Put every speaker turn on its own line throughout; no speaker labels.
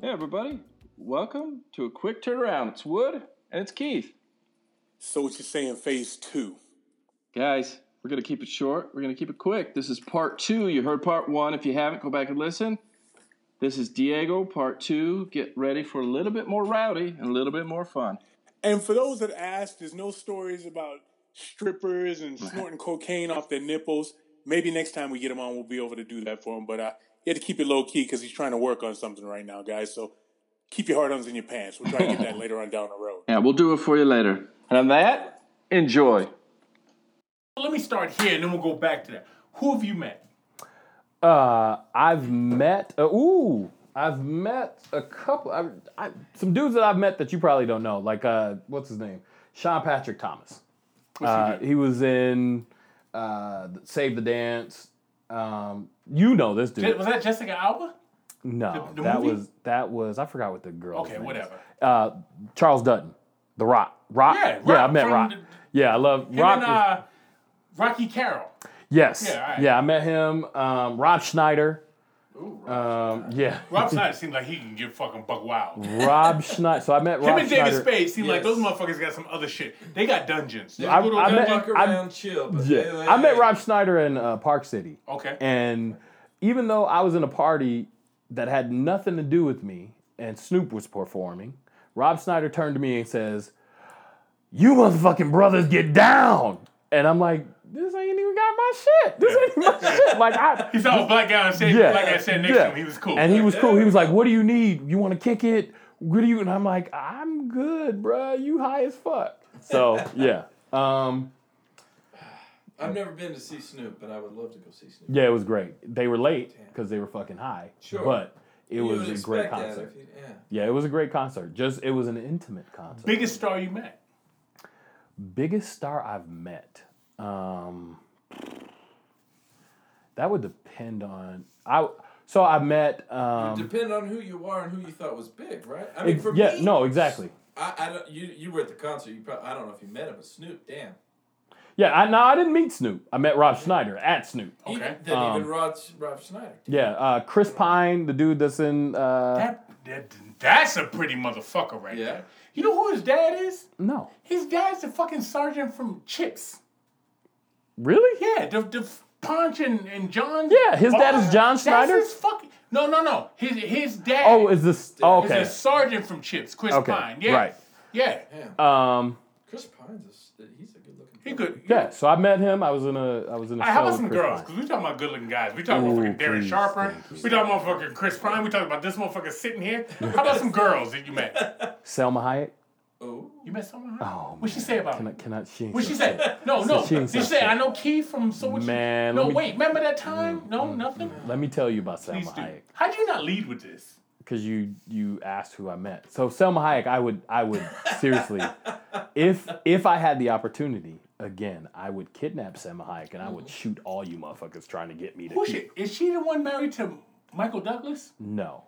Hey, everybody. Welcome to a quick turnaround. It's Wood and it's Keith.
So what you're saying, phase two?
Guys, we're going to keep it short. We're going to keep it quick. This is part two. You heard part one. If you haven't, go back and listen. This is Diego, part two. Get ready for a little bit more rowdy and a little bit more fun.
And for those that ask, there's no stories about strippers and snorting cocaine off their nipples. Maybe next time we get him on, we'll be able to do that for him. But uh, you had to keep it low key because he's trying to work on something right now, guys. So keep your hard-ons in your pants. We'll try to get that later on down the road.
Yeah, we'll do it for you later. And on that, enjoy.
Let me start here, and then we'll go back to that. Who have you met?
Uh, I've met. Uh, ooh, I've met a couple. I, I, some dudes that I've met that you probably don't know. Like, uh, what's his name? Sean Patrick Thomas. Uh, he was in uh, Save the Dance. Um, you know this dude.
Was that Jessica Alba?
no,
the
that
movie?
was that was I forgot what the girl.
Okay, whatever.
Uh, Charles Dutton, The Rock. Rock.
Yeah,
yeah. I
Rock
met
from
Rock.
the-
yeah, I love
And
Rock.
then,
was-
uh, Rocky Carroll.
yes.
yeah, all right.
Yeah, I met him. Um, Rob Schneider.
Ooh,
Um, yeah.
Rob Snyder seems like he can get fucking buck wild. Him
Rob Schneider. So I met Rob
and
Schneider.
David Spade seem like those motherfuckers got some other shit. They got dungeons.
I,
Little
I met,
walk
I-
around, chill. But
yeah,
hey,
I met
hey,
Rob Schneider in uh, Park City.
Okay.
And even though I was in a party that had nothing to do with me and Snoop was performing, Rob Schneider turned to me and says, You motherfucking brothers get down. And I'm like, This ain't even got my shit. This ain't my shit. Like, I.
he saw a black guy on stage.
Yeah.
Black guy sitting next
Yeah.
to him. He was cool.
And he was cool. He was like, "What do you need? You want to kick it? What do you?" And I'm like, "I'm good, bruh. You high as fuck." So yeah, um,
I've never been to see Snoop, but I would love to go see Snoop.
yeah, it was great. They were late because they were fucking high.
Sure.
but it
You
was
would
a great
expect that
concert.
if you- yeah.
Yeah, it was a great concert. Just it was an intimate concert.
Biggest star you met.
Biggest star I've met. Um, that would depend on I. So I met. Um,
Depend on who you are and who you thought was big, right? I mean, for
yeah,
me,
no, exactly.
I, I don't, you you were at the concert. You probably I don't know if you met him, but Snoop, damn.
Yeah, I, no, I didn't meet Snoop. I met Rob Schneider at Snoop.
Okay.
Even, then
Um,
even Rod Rob Schneider.
Yeah, uh, Chris Pine, the dude that's in. Uh,
That, that that's a pretty motherfucker right
Yeah.
there. You know who his dad is?
no,
His dad's the fucking sergeant from Chips.
really?
Yeah, the, the Punch and, and John.
Yeah, his dad is John Schneider?
That's his fucking. No, no, no. His his dad.
Oh, is this oh,
is
okay?
a sergeant from Chips, Chris
Okay,
Pine. Yeah.
right.
Yeah.
Um,
Chris Pine's a, he's a good looking.
He could.
yeah. So I met him. I was in a. I was in a.
All right, how
show
about
with
some
Chris
girls?
Pine.
Because we talking about good looking guys. We talking
Ooh,
about fucking Darren
please,
Sharper.
thank you.
We talking about fucking Chris Prime. We talking about this motherfucker sitting here. How about some girls that you met?
Selma Hayek.
Oh,
You met someone?
Oh,
What'd she say about
Can I,
it?
can I, she ain't
What she
gonna
say? No, no.
she ain't
She
said
said,
shit.
"I know Keith from so what?" you-"
Man,
no,
let me- Mm,
wait. Remember that time? No, nothing.
Let me tell you about Selma
Please do.
Hayek
How'd you not lead with this?
because you you asked who I met. So Selma Hayek, I would I would seriously, if if I had the opportunity again, I would kidnap Selma Hayek and I would shoot all you motherfuckers trying to get me
Mm.
to.
Who
keep-
she? Is she the one married to Michael Douglas?
No,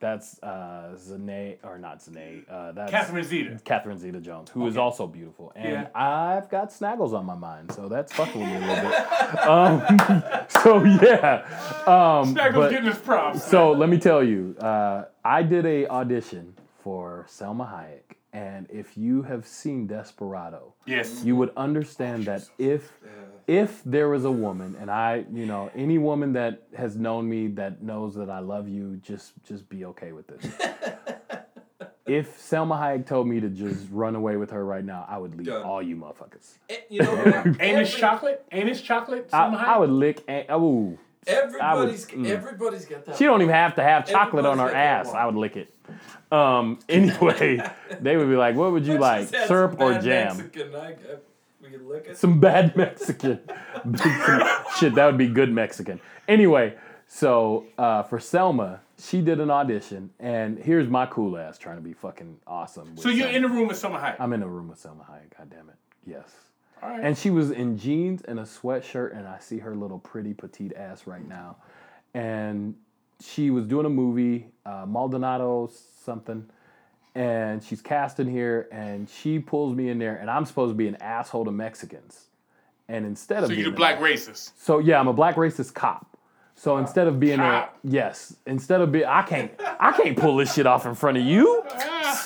that's uh Zane or not Zane. Uh, that's
Catherine Zeta.
Catherine Zeta Jones, who is also beautiful. And
Yeah.
I've got snaggles on my mind, so that's fucking with me a little bit. Um, so yeah. Um,
That
but-
goes getting his props.
so let me tell you, uh, I did a audition for Selma Hayek, and if you have seen Desperado,
yes.
you would understand that if if there was a woman and i you know any woman that has known me that knows that i love you just just be okay with this if selma hayek told me to just run away with her right now i would leave
Done.
all you motherfuckers
Eh, you know what?
Anus
Every-
chocolate? Anus chocolate?
I,
Somehow?
I would lick and oh
Everybody's
I would- mm.
everybody's got that.
she don't even have to have chocolate on her
Everybody's got
ass
that
i would lick it um anyway they would be like what would you
Just
like
had
syrup
some
or
bad
jam
Mexican, I got- we could look at
some bad Mexican. Shit, that would be good Mexican. Anyway, so uh, for Selma, she did an audition, and here's my cool ass trying to be fucking awesome. with
so you're
Selma.
in the room with Summer High.
I'm in a room with Selma Hayek. God damn it. Yes.
All right.
And she was in jeans and a sweatshirt, and I see her little pretty petite ass right now. And she was doing a movie, uh, Maldonado something, and she's cast in here, and she pulls me in there, and I'm supposed to be an asshole to Mexicans. And instead of
so you're
being
the black
an-
racist.
so yeah, I'm a black racist cop. So instead of being a
Cop.
yes, instead of being I can't I can't pull this shit off in front of you.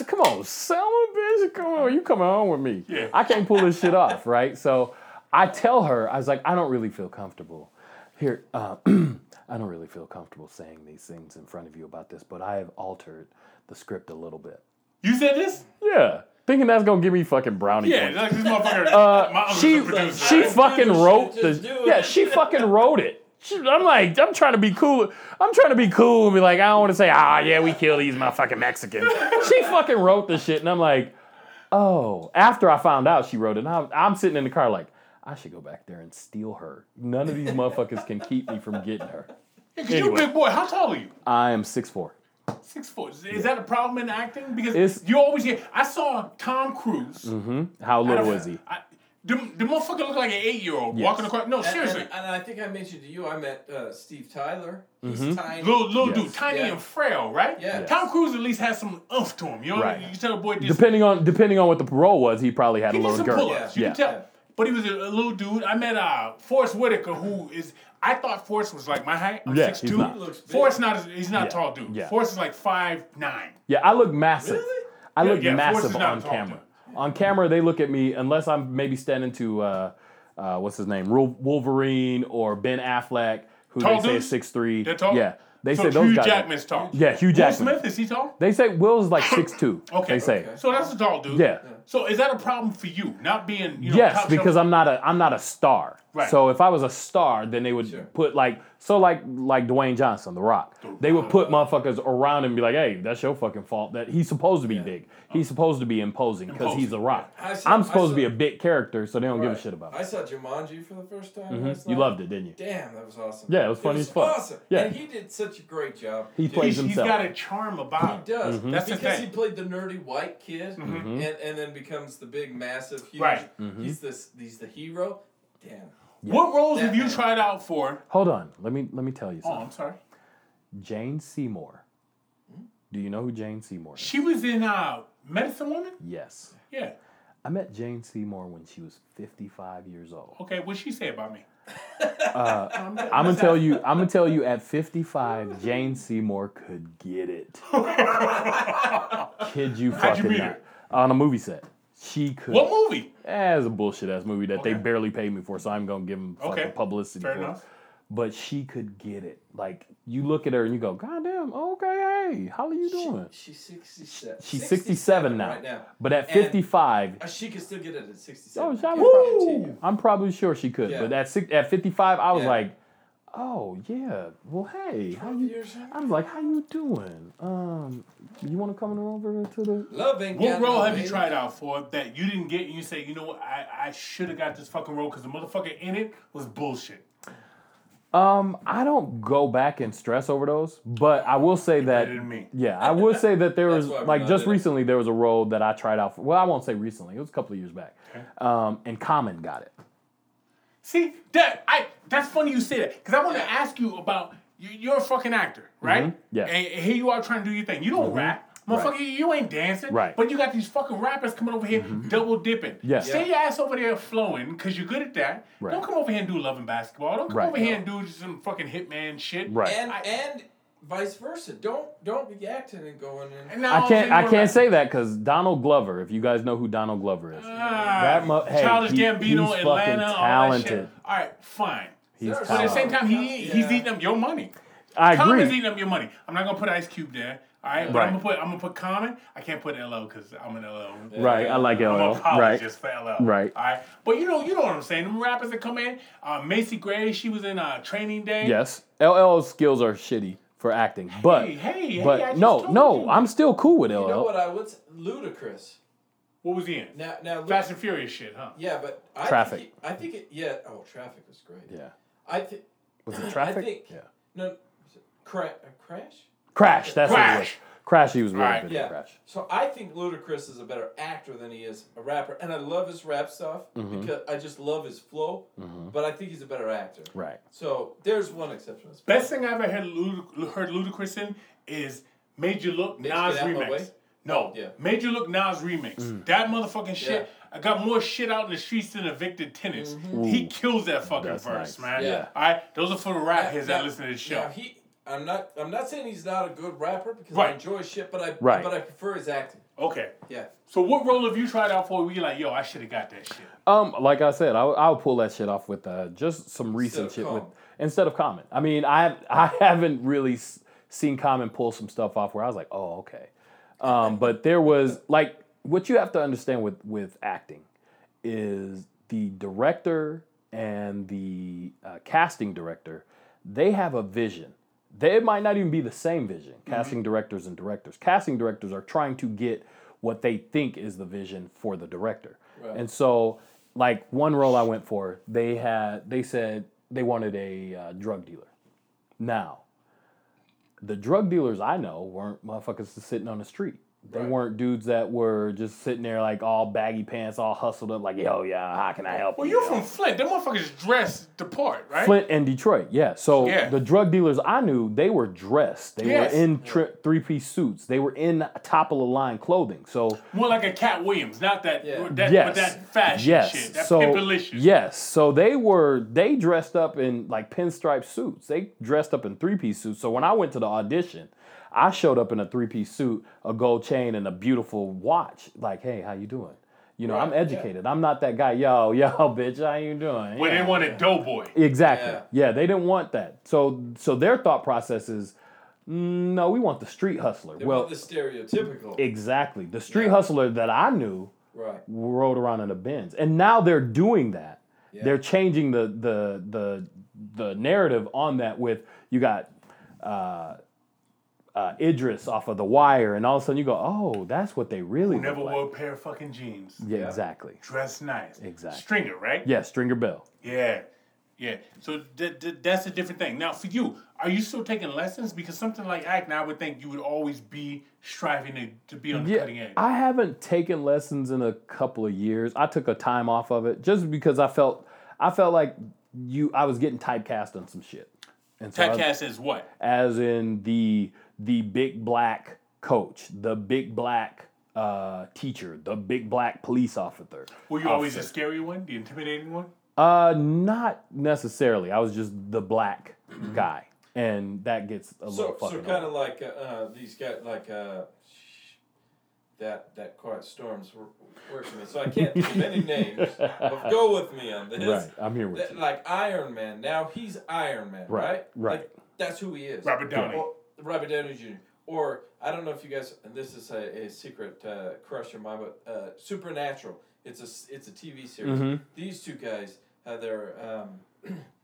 Come on, son of a bitch. Come on, you coming home with me.
Yeah.
I can't pull this shit off, right? So I tell her, I was like, I don't really feel comfortable. Here, uh, I don't really feel comfortable saying these things in front of you about this, but I have altered the script a little bit.
You said this?
Yeah. Thinking that's gonna give me fucking brownie
Yeah, Uh,
points.
like this motherfucker. my uncle's
She
a producer.
she
Just
fucking
do it,
wrote
just
the
do it.
yeah she fucking wrote it. She- I'm like I'm trying to be cool. I'm trying to be cool and be like I don't want to say ah yeah we kill these motherfucking Mexicans. she fucking wrote the shit and I'm like oh after I found out she wrote it and I'm, I'm sitting in the car like I should go back there and steal her. None of these motherfuckers can keep me from getting her.
Because you
anyway.
big boy. How tall are you?
I am six four.
Six foot. Is that a problem in acting? Because
It's-
you always hear. I saw Tom Cruise.
Hmm? How little is he?
I, the, the motherfucker looked like an eight year old
Yes.
walking across. No,
And,
seriously.
And, and I think I mentioned to you, I met uh, Steve Tyler. He's
Mm-hmm.
tiny.
Little, little
Yes.
dude, tiny
Yeah.
and frail, right?
Yeah. Yes.
Tom Cruise at least has some oomph to him. You know, what I mean?
Right.
you can tell the boy did some,
Depending on depending on what the parole was, he probably had
he
a
did
little
some
girl.
pull-ups. You
Yeah.
can tell. But he was a, a little dude. I met uh, Forrest Whitaker, who is. I thought Forrest was like my height. I'm
Yeah,
six
he's
two.
not. He
looks big.
Forrest not. as- He's not a tall dude.
yeah.
Forrest is like five nine.
Yeah, I look massive.
Really?
I
Yeah,
look
yeah, Forrest
massive
is not
on
tall,
camera. On camera, they look at me unless I'm maybe standing to uh, uh, what's his name, Rul- Wolverine or Ben Affleck, who
Tall
they say is
dudes?
six three.
They're tall?
Yeah, they
so
say those
Hugh
guys.
Jackman's tall.
Yeah, Hugh
Will
Jackman.
Smith is he tall?
They say Will's like six two.
Okay.
They say.
Okay. So that's a tall dude.
Yeah.
So is that a problem for you? Not being you know
Yes,
top
because
shelf-
I'm not a I'm not a star.
Right.
So if I was a star, then they would
Sure.
put like so like like Dwayne Johnson, The Rock. They would put motherfuckers around him and be like, "Hey, that's your fucking fault. That he's supposed to be big. He's supposed to be imposing because he's The Rock.
I saw-
I'm
I
supposed to
saw-
be a big character, so they don't give a
Right.
shit about
I
it.
saw Jumanji for the first time. last
You
night.
loved it, didn't you?
Damn, that was awesome.
Yeah, it was funny
it was
as fuck.
Awesome.
Yeah.
and he did such a great job.
He
Dude,
plays
He's- he's
himself.
got a charm
He
about him.
does
Mm-hmm.
That's the
because
thing. Mm-hmm.
he played the nerdy white kid, and, and then becomes the big, massive, huge.
Right.
Mm-hmm.
He's this. He's the hero. Damn.
What roles have you
Batman.
tried out for?
Hold on, let me let me tell you
Oh,
something.
I'm sorry.
Jane Seymour. Do you know who Jane Seymour is?
She was in uh, Medicine Woman.
Yes.
Yeah.
I met Jane Seymour when she was 55 years old.
Okay. What she say about me?
I'm gonna tell you. I'm gonna tell you. At 55, Jane Seymour could get it. Kid you
How'd you
fucking
meet
not.
her?
on a movie set. She could.
What movie?
Eh, it's a bullshit ass movie that they
Okay.
barely paid me for, so I'm gonna give them fucking
Okay.
publicity.
Fair
for it.
enough.
But she could get it. Like you look at her and you go, God damn. Okay, hey, how are you doing?
She, she's sixty-seven.
She's 67 now.
Right now.
But at
And-
55,
Uh, She could still get it at sixty-seven.
oh,
I
yeah, I'm,
guarantee
probably,
you.
I'm probably sure she could.
Yeah.
But at six, at 55, I was
Yeah.
like, oh yeah. Well, hey, how you?
Years.
I was like, "How you doing? Um, you want to come over to the?"
Love ain't
What
got
role
no
have you
name.
tried out for that you didn't get? And you say, you know what? I, I should have got this fucking role because the motherfucker in it was bullshit.
Um, I don't go back and stress over those, but I will say that.
Better than me.
Yeah, I will say that there was
why we're
like
not
just
doing it.
recently there was a role that I tried out for. Well, I won't say recently; it was a couple of years back. Um, and Common got it.
See that I that's funny you say that because I want to ask you about you, you're a fucking actor, right?
Mm-hmm. Yeah. Mm-hmm.
And, and here you are trying to do your thing. You don't rap, motherfucker.
Right.
You, you ain't dancing,
Right. Mm-hmm.
But you got these fucking rappers coming over here double dipping.
Yeah.
Stay
Yeah.
your ass over there flowing because you're good at that.
Right.
Don't come over here and do love and basketball. Don't come
Right.
over here and do some fucking hitman shit.
Right.
And
I-
and vice versa. Don't don't be acting and going in.
And now
I
all of a
can't.
sudden
I
you
can't
wanna-
say that because Donald Glover. If you guys know who Donald Glover
Uh,
is,
Ah,
That mu- hey,
Childish
he-
Gambino,
he's fucking
Atlanta, all that shit.
talented.
All right, fine.
he's
But
But at the same
talented.
time, he he's
Yeah.
eating up your money.
I
Common's
agree.
eating up your money. I'm not gonna put Ice Cube there. All right, but
Right.
I'm gonna put I'm gonna put Common. I can't put LL because I'm an LL.
Right, I like
I'm
LL.
an
Right,
apologist for LL.
Right.
All right, but you know you know what I'm saying. Them rappers that come in, uh, Macy Gray, she was in uh, Training Day.
Yes, LL's skills are shitty for acting, but
Hey, hey, hey,
but
I just
no,
told
no,
you.
I'm still cool with LL.
You know what I would? s- Ludicrous.
What was he in?
Now now. Lu-
Fast and Furious shit, huh?
Yeah, but I
Traffic.
Think it, I think it. Yeah. Oh, traffic was great.
yeah,
I think.
was it traffic?
I think.
Yeah.
No. was it Cra- uh, crash.
Crash. That's what it was.
Crash.
Crash. He was really
Alright,
good
Yeah.
at Crash.
So I think Ludacris is a better actor than he is a rapper, and I love his rap stuff
Mm-hmm.
because I just love his flow. But I think he's a better actor.
Right.
So there's one exception.
Best thing I ever heard, Ludic- heard Ludacris in is Made You Look
Get
Nas
Out My Way?
remix. No.
Yeah.
Major Look Nas remix. That motherfucking shit. I got more shit out in the streets than evicted tenants. He kills that fucking
That's
verse,
nice.
man.
Yeah.
All right, those are for the rap heads
Now-
that listen to this show.
Now he, I'm not. I'm not saying he's not a good rapper because I
Right.
enjoy his shit, but I.
Right.
But I prefer his acting.
okay.
Yeah.
So what role have you tried out for? Where you like, yo, I should have got that shit.
Um, like I said, I'll, I'll pull that shit off with uh, just some recent
of
shit
comment.
with instead of comment. I mean, I I haven't really s- seen comment pull some stuff off where I was like, oh okay, um, but there was like what you have to understand with with acting is the director and the uh, casting director they have a vision. They, it might not even be the same vision. Casting directors and directors. Casting directors are trying to get what they think is the vision for the director. And so, like one role I went for, they had they said they wanted a uh, drug dealer. Now, the drug dealers I know weren't motherfuckers just sitting on the street. They weren't dudes that were just sitting there like all baggy pants, all hustled up, like yo, yeah, how can I help
Well,
you?
you're from Flint. Them motherfuckers dress the part, right?
Flint and Detroit, yeah. So
Yeah.
the drug dealers I knew, they were dressed. They
Yes.
were in tri- three-piece suits. They were in top of the line clothing. So
More like a Cat Williams, not that,
Yeah.
that
yes,
but that fashion
yes.
shit, that
so
pimpalicious.
yes, so they were they dressed up in like pinstripe suits. They dressed up in three-piece suits. So when I went to the audition, I showed up in a three-piece suit, a gold chain, and a beautiful watch. Like, hey, how you doing? You know, I'm educated. I'm not that guy. Yo, yo, bitch, how you doing?
Where
Yeah.
they wanted Doughboy.
Exactly.
Yeah.
Yeah. they didn't want that. So so their thought process is "Mm, no, we want the street hustler.
They
well,
want the stereotypical.
exactly. The street hustler that I knew
right.
rode around in a Benz. And now they're doing that. They're changing the the the the narrative on that with you got uh uh, Idris off of The Wire, and all of a sudden you go, "Oh, that's what they really
Never
look like."
wore a pair of fucking jeans.
Yeah, exactly.
Dress nice.
Exactly.
Stringer, right?
Yeah, Stringer Bell.
Yeah, yeah. So th- th- that's a different thing. Now, for you, are you still taking lessons? Because something like acting, I would think you would always be striving to, to be on the cutting edge.
I haven't taken lessons in a couple of years. I took a time off of it just because I felt I felt like you I was getting typecast on some shit. And so I-
Typecast is what?
as in the the big black coach, the big black uh, teacher, the big black police officer.
Were you always the scary one, the intimidating one?
Uh, not necessarily. I was just the black guy, and that gets a little
So so
fucking.
kind
old.
of like uh, uh, these guys like uh, sh- that that quiet storms wor- working me. So I can't give any names. But go with me on this.
right, I'm here with
That-
you.
like Iron Man. Now he's Iron Man,
Right,
right?
right.
Like, that's who he is.
Robert Downey.
Or, Robert Downey Jr. Or I don't know if you guys. And this is a, a secret uh, crush of mine, but uh, Supernatural. It's a s- it's a TV series.
Mm-hmm.
These two guys, uh, they're. Um,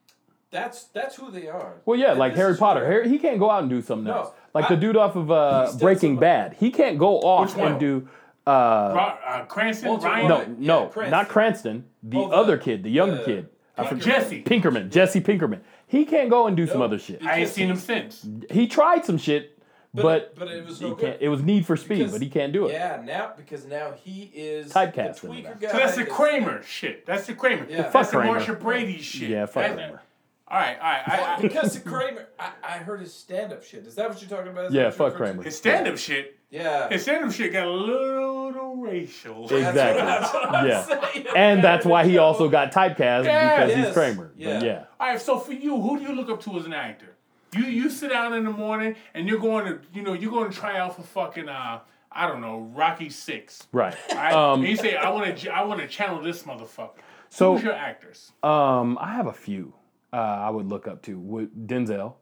that's that's who they are.
Well, yeah,
And
like
this
Harry
is
Potter.
where-
Harry, he can't go out and do something
No,
else. Like
I-
the dude off of uh,
done
Breaking
some-
Bad, he can't go off
one?
and do. Uh,
Ro- uh, Cranston,
Walter
Ryan,
no,
White,
no,
yeah, Cranston.
not Cranston. The
Oh, the-
other kid, the younger
the-
kid, I
Pinkerman.
forget-
Jesse.
Pinkerman, Jesse Pinkerman. He can't go and do some
No,
other shit.
because
I ain't seen him since.
He tried some shit, but
it- but it was
he
no
can't.
good.
It was Need for Speed,
Because-
but he can't do it.
Yeah, now because now he is
Typecast
The
in
tweaker
that.
guy
So that's the
that's-
Kramer shit. That's the Kramer.
Yeah.
That's
Fuck
the
Kramer.
Marsha Brady shit.
Yeah, fuck
That's-
Kramer.
All right, all right. I, I,
because the Kramer, I, I heard his stand up shit. Is that what you're talking about? Is
Yeah,
that what
fuck
you're referring
Kramer.
his stand up shit.
to? Yeah.
His stand up shit got a little racial.
That's what-
Exactly.
that's what I'm
Yeah.
saying.
And that's why he
Yeah.
also got typecast
Yeah.
because
Yes.
he's Kramer. Yeah.
Yeah.
But yeah.
All right, so for you, who do you look up to as an actor? You you sit down in the morning and you're going to you know you're going to try out for fucking uh I don't know Rocky Six.
Right.
All right?
Um,
and you say I want to I want to channel this motherfucker.
So-
Who's your actors?
Um, I have a few uh, I would look up to. Would Denzel,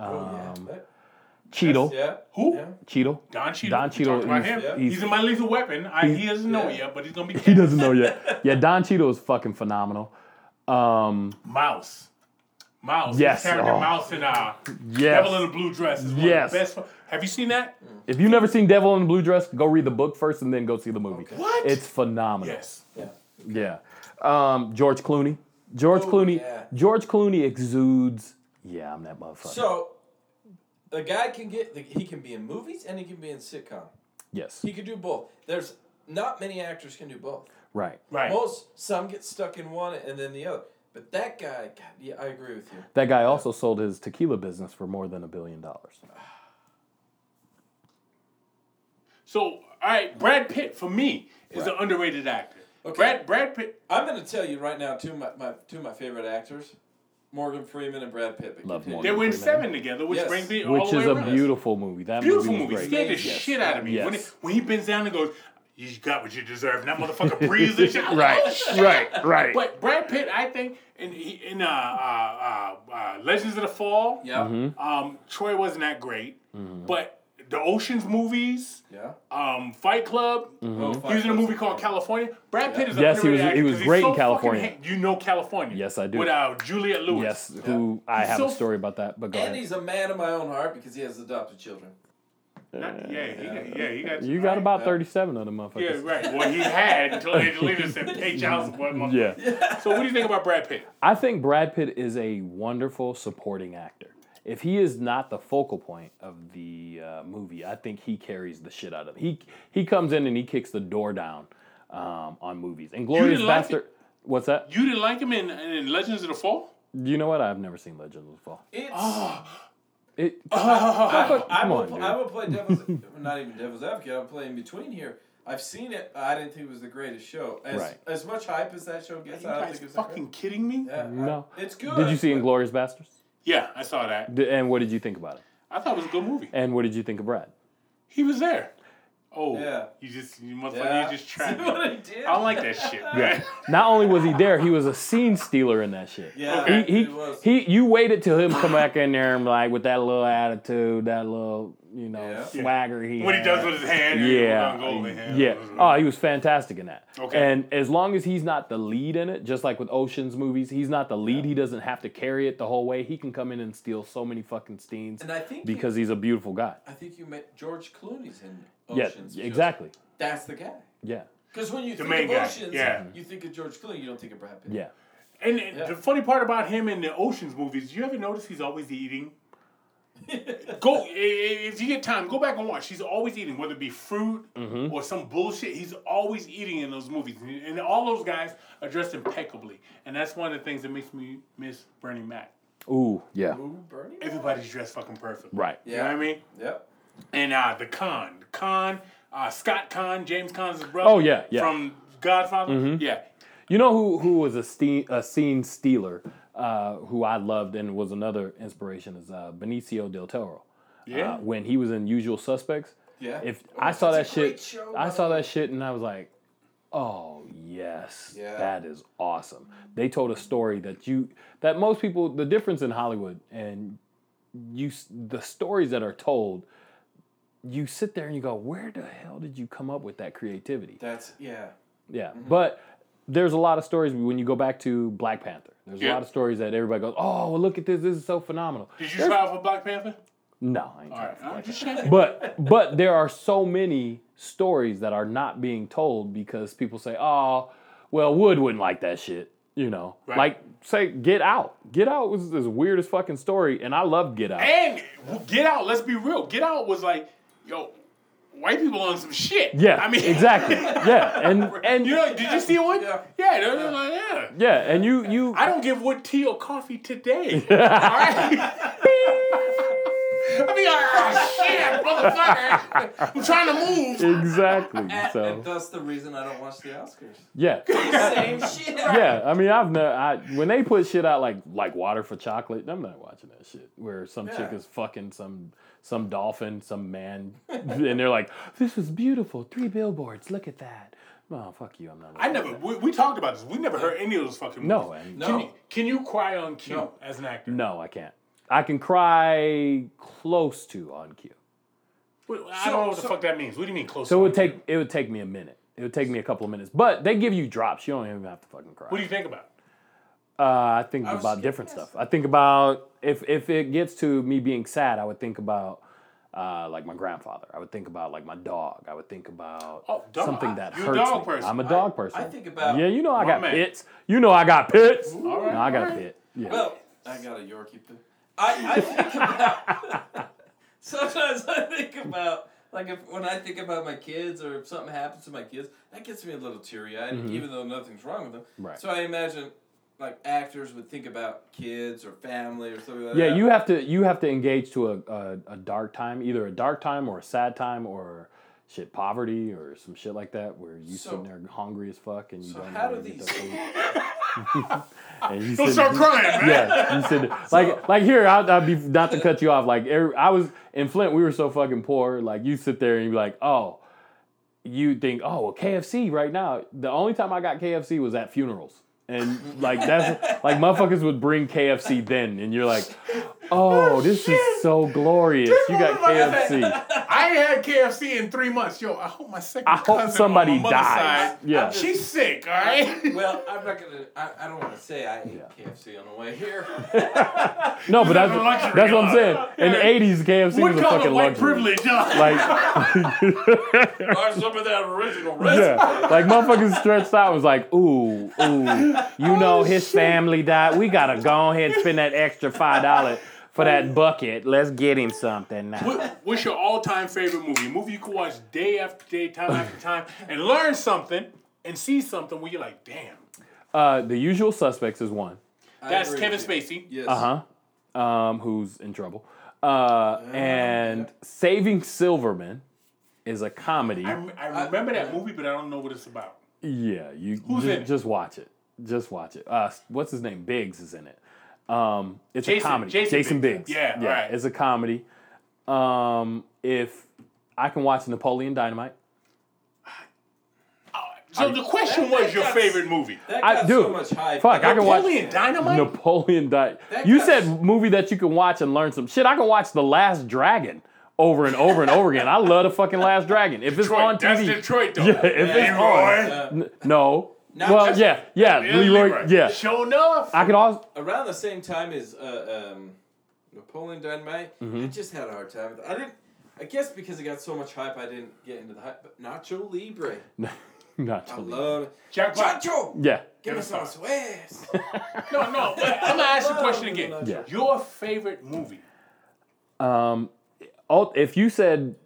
Oh,
um,
yeah.
Cheadle,
Yeah.
Who?
Yeah.
Cheadle.
Don Cheadle.
Don
We talked
Cheadle.
about
he's-
him.
Yeah.
He's,
he's-
in my Lethal Weapon. I, he doesn't know
yeah.
yet, but he's gonna be
He doesn't know yet. Yeah, Don Cheadle is fucking phenomenal. Um,
Mouse. Mouse.
Yes,
His character
oh.
Mouse in uh, Devil in
yes.
a Blue Dress is one
Yes. Mm.
of the best. fu- Have you seen that?
If you've never seen Devil in the Blue Dress, go read the book first and then go see the movie.
What?
It's phenomenal.
Yes.
Yeah. Um, George Clooney. George
Oh,
Clooney.
yeah.
George Clooney exudes. Yeah, I'm that motherfucker.
So the guy can get the, he can be in movies and he can be in sitcom.
yes.
He can do both. There's not many actors can do both.
Right.
Right.
Most some get stuck in one and then the other. But that guy, God, yeah, I agree with you.
That guy also sold his tequila business for more than a billion dollars.
So, all right, Brad Pitt for me is an underrated actor. Brad Brad Pitt.
I'm going to tell you right now two of my, my two of my favorite actors, Morgan Freeman and Brad Pitt. but
Love
continue.
They
Morgan.
were in
Freeman.
seven together, which
Yes.
brings me all
Which
the way
is a
around.
beautiful movie. That
Beautiful
movie.
movie.
Was great.
Scared the
Yes.
shit out of me. When,
Yes.
it, when he bends down and goes, You got what you deserve. And that motherfucker breathes and shit. I'm like, "Oh,
Right,
shit."
right, right.
But Brad Pitt, I think, in, in uh, uh, uh, uh, Legends of the Fall,
Yeah.
um, Troy wasn't that great.
Mm-hmm.
But the Oceans movies,
Yeah.
um, Fight Club,
Mm-hmm.
Oh,
he was in a
fuck.
movie called California. Brad Pitt is an
Yes, he was-
underrated actor
he was
'cause he's
great in
fucking
California.
hit. You know California.
Yes, I do.
With uh, Juliet Lewis.
yes, who I have
So-
a story about that, but go
And
ahead.
he's a man of my own heart because he has adopted children.
Not- yeah, he got, yeah, he got.
You got
I-
about 37 of them motherfuckers.
Yeah, right. Well, he had until they deleted said, "Hey, child support." motherfucker."
yeah.
So, what do you think about Brad Pitt?
I think Brad Pitt is a wonderful supporting actor. If he is not the focal point of the uh, movie, I think he carries the shit out of it. He he comes in and he kicks the door down um, on movies. And Glorious
didn't like
Bastard. What's that?
You didn't like him in, in Legends of the Fall?
You know what? I've never seen Legend of the Fall.
It's
Oh,
It,
Oh, I, I,
come
will,
on, dude.
I will play devil's not even devil's advocate. I'll play in between here. I've seen it. I didn't think it was the greatest show. As,
Right.
as much hype as that show
Are
gets,
you
I don't
guys
think it was that
fucking kidding me?
great. Yeah, I-
no.
uh, it's good.
Did you see
but-
Inglorious Bastards?
Yeah, I saw that.
And what did you think about it?
I thought it was a good movie.
And what did you think of Brad?
He was there. Oh,
Yeah.
You just, you motherfucker,
Yeah.
you just tried.
See what I
me.
did?
I don't like that shit. Yeah.
Not only was he there, he was a scene stealer in that shit.
Yeah,
Okay.
he,
it was.
he, he, you waited till him come back in there and like with that little attitude, that little you know
Yeah.
swagger he
What he does with his hand, you
yeah,
don't go over him. Mm-hmm.
yeah. Oh, he was fantastic in that.
Okay.
And as long as he's not the lead in it, just like with Ocean's movies, he's not the lead. He doesn't have to carry it the whole way. He can come in and steal so many fucking scenes
And I think
because he's a beautiful guy.
I think you met George Clooney's in
Yeah,
Ocean's.
exactly.
That's the guy.
Yeah,
Because when you think
main
of
guy,
Ocean's,
yeah.
you think of George Clooney. You don't think of Brad Pitt.
yeah.
And and the funny part about him in the Ocean's movies, you ever notice he's always eating? go i- i- if you get time, go back and watch. He's always eating, whether it be fruit
Mm-hmm.
or some bullshit. He's always eating in those movies, and and all those guys are dressed impeccably. And that's one of the things that makes me miss Bernie Mac.
Ooh, yeah.
Ooh, Bernie.
Everybody's dressed fucking perfect,
Right.
You know what I mean?
Yep.
And uh, the Khan, Khan, uh, Scott Khan, James Khan's brother.
Oh, yeah, Mm-hmm. Uh, yeah.
From Godfather. Yeah,
You know who who was a, ste- a scene stealer, uh, who I loved and was another inspiration is uh, Benicio del Toro.
yeah.
Uh, when he was in Usual Suspects,
Yeah.
if I saw that
it's Oh, a great
shit,
show,
I
by
saw that shit and I was like, "Oh yes,
Yeah.
that is awesome." They told a story that you that most people the difference in Hollywood and you s- the stories that are told, you sit there and you go, "Where the hell did you come up with that creativity?"
That's yeah.
Yeah,
Mm-hmm.
but there's a lot of stories when you go back to Black Panther. There's
Yeah.
a lot of stories that everybody goes, "Oh, well, look at this! This is so phenomenal."
Did you
There's-
try out for Black Panther?
No, I ain't
All right, I'm just checking.
but but there are so many stories that are not being told because people say, "Oh, well, Wood wouldn't like that shit," you know.
Right.
Like say, Get Out. Get Out was this weirdest fucking story, and I loved Get Out.
And well, Get Out, let's be real. Get Out was like, yo, white people on some shit.
yeah,
I mean,
exactly. Yeah, and and
You know, did you see one?
Yeah.
Yeah, they're they're like, yeah.
yeah, and you you
I don't give Wood tea or coffee today. All right? I mean, oh, shit, motherfucker. I'm trying to move.
exactly
And
so
that's the reason I don't watch the Oscars.
yeah.
Same shit.
Yeah, I mean, I've never. I, when they put shit out like like water for chocolate, I'm not watching that shit. Where some chick
Yeah.
is fucking some some dolphin, some man, and they're like, "This was beautiful. Three billboards. Look at that." Oh fuck you! I'm not.
I
looking at
never,
that.
we, we talked about this. We never heard any of those fucking movies.
No, and-
Can,
No.
you, can you cry on cue
No.
as an actor?
no, I can't. I can cry close to on cue.
Wait, I
So-
don't know what the
so-
fuck that means. What do you mean close
So it
on
would
cue?
take it would take me a minute. It would take me a couple of minutes, but they give you drops. You don't even have to fucking cry.
What do you think about? it?
Uh, I think
was
about
just
different
gonna
stuff. I think about if if it gets to me being sad, I would think about uh, like my grandfather. I would think about like my dog. I would think about
Oh, dog.
something that
You a
hurts
dog
me.
person.
I'm a
I-
dog person.
I think about
yeah, you know I
My
got
man.
pits. You know I got pits.
All right,
no, I got
all
a
right.
pit. Yeah.
Well, I got a Yorkie poo. I, I think about sometimes I think about like if when I think about my kids or if something happens to my kids, that gets me a little teary eyed, even though nothing's wrong with them.
Mm-hmm. Right.
So I imagine like actors would think about kids or family or something like
yeah,
that.
you have to you have to engage to a, a, a dark time, either a dark time or a sad time or shit poverty or some shit like that where you
So-
sitting there hungry as fuck and you
So
don't know
how
where
do
to get
these?
that food. and
Don't
you sitting-
start crying, man.
yeah, you said like like here. I'd, I'd be not to cut you off. Like every, I was in Flint, we were so fucking poor. Like you sit there and you be like, oh, you think oh well KFC right now. The only time I got KFC was at funerals, and like that's like motherfuckers would bring KFC then, and you're like, oh, this is so glorious. You got KFC.
I ain't had KFC in three months. Yo, I hope my second
I hope
cousin
somebody
on my mother's
dies.
side-
Yeah.
She's sick, all right?
Well, I'm not gonna. I, I don't want to say I ate KFC on the way here.
No, but that's
a luxury,
that's what I'm
huh?
saying. In the
Yeah.
'80s, KFC
What
was a
kind
fucking
of white
luxury.
privilege? huh?
Like.
Or some of that original recipe.
Yeah, like motherfuckers stretched out was like, ooh, ooh,
Oh,
you know his family died. We gotta go ahead and spend that extra five dollar for that bucket. Let's get him something now.
Oh. What- what's your all-time favorite movie? A movie you can watch day after day, time after time, and learn something and see something where you're like, damn,
Uh, the Usual Suspects is one.
I
that's
agree
Kevin
with you.
Spacey.
Yes.
Uh huh. Um, who's in trouble?
Oh,
Uh, and Saving Silverman is a comedy.
I, rem- I remember that movie, but I don't know what it's about.
Yeah, you
Who's
ju-
in it?
just watch it. Just watch it. Uh, what's his name? Biggs is in it. Um, it's
Jason-
a comedy.
Jason
Biggs.
Biggs. Yeah,
yeah,
alright.
it's a comedy. Um, if I can watch Napoleon Dynamite,
So the question was your
that's-
favorite movie.
That
I-
got so
dude,
much hype.
fuck, I can watch
Napoleon Dynamite?
Napoleon Dynamite.
That
You
guy-
said movie that you can watch and learn some shit. I can watch The Last Dragon over and over and over again. I love the fucking Last Dragon. If it's
Detroit.
on TV,
That's Detroit, though.
Yeah, if it's
Leroy.
on,
Uh,
n- no. well,
just-
yeah, yeah,
Yeah,
Leroy, yeah.
Sure enough.
I could also
around the same time as uh, um, Napoleon Dynamite,
Mm-hmm.
I just had a hard time. With it. I didn't. I guess because it got so much hype, I didn't get into the hype. But Nacho Libre,
not.
I
totally.
love
Jackpot.
Nacho.
Yeah,
Give us
us our-
some Swiss.
No, no. but I'm gonna ask the question again.
Yeah.
Your favorite movie?
Um, oh, if you said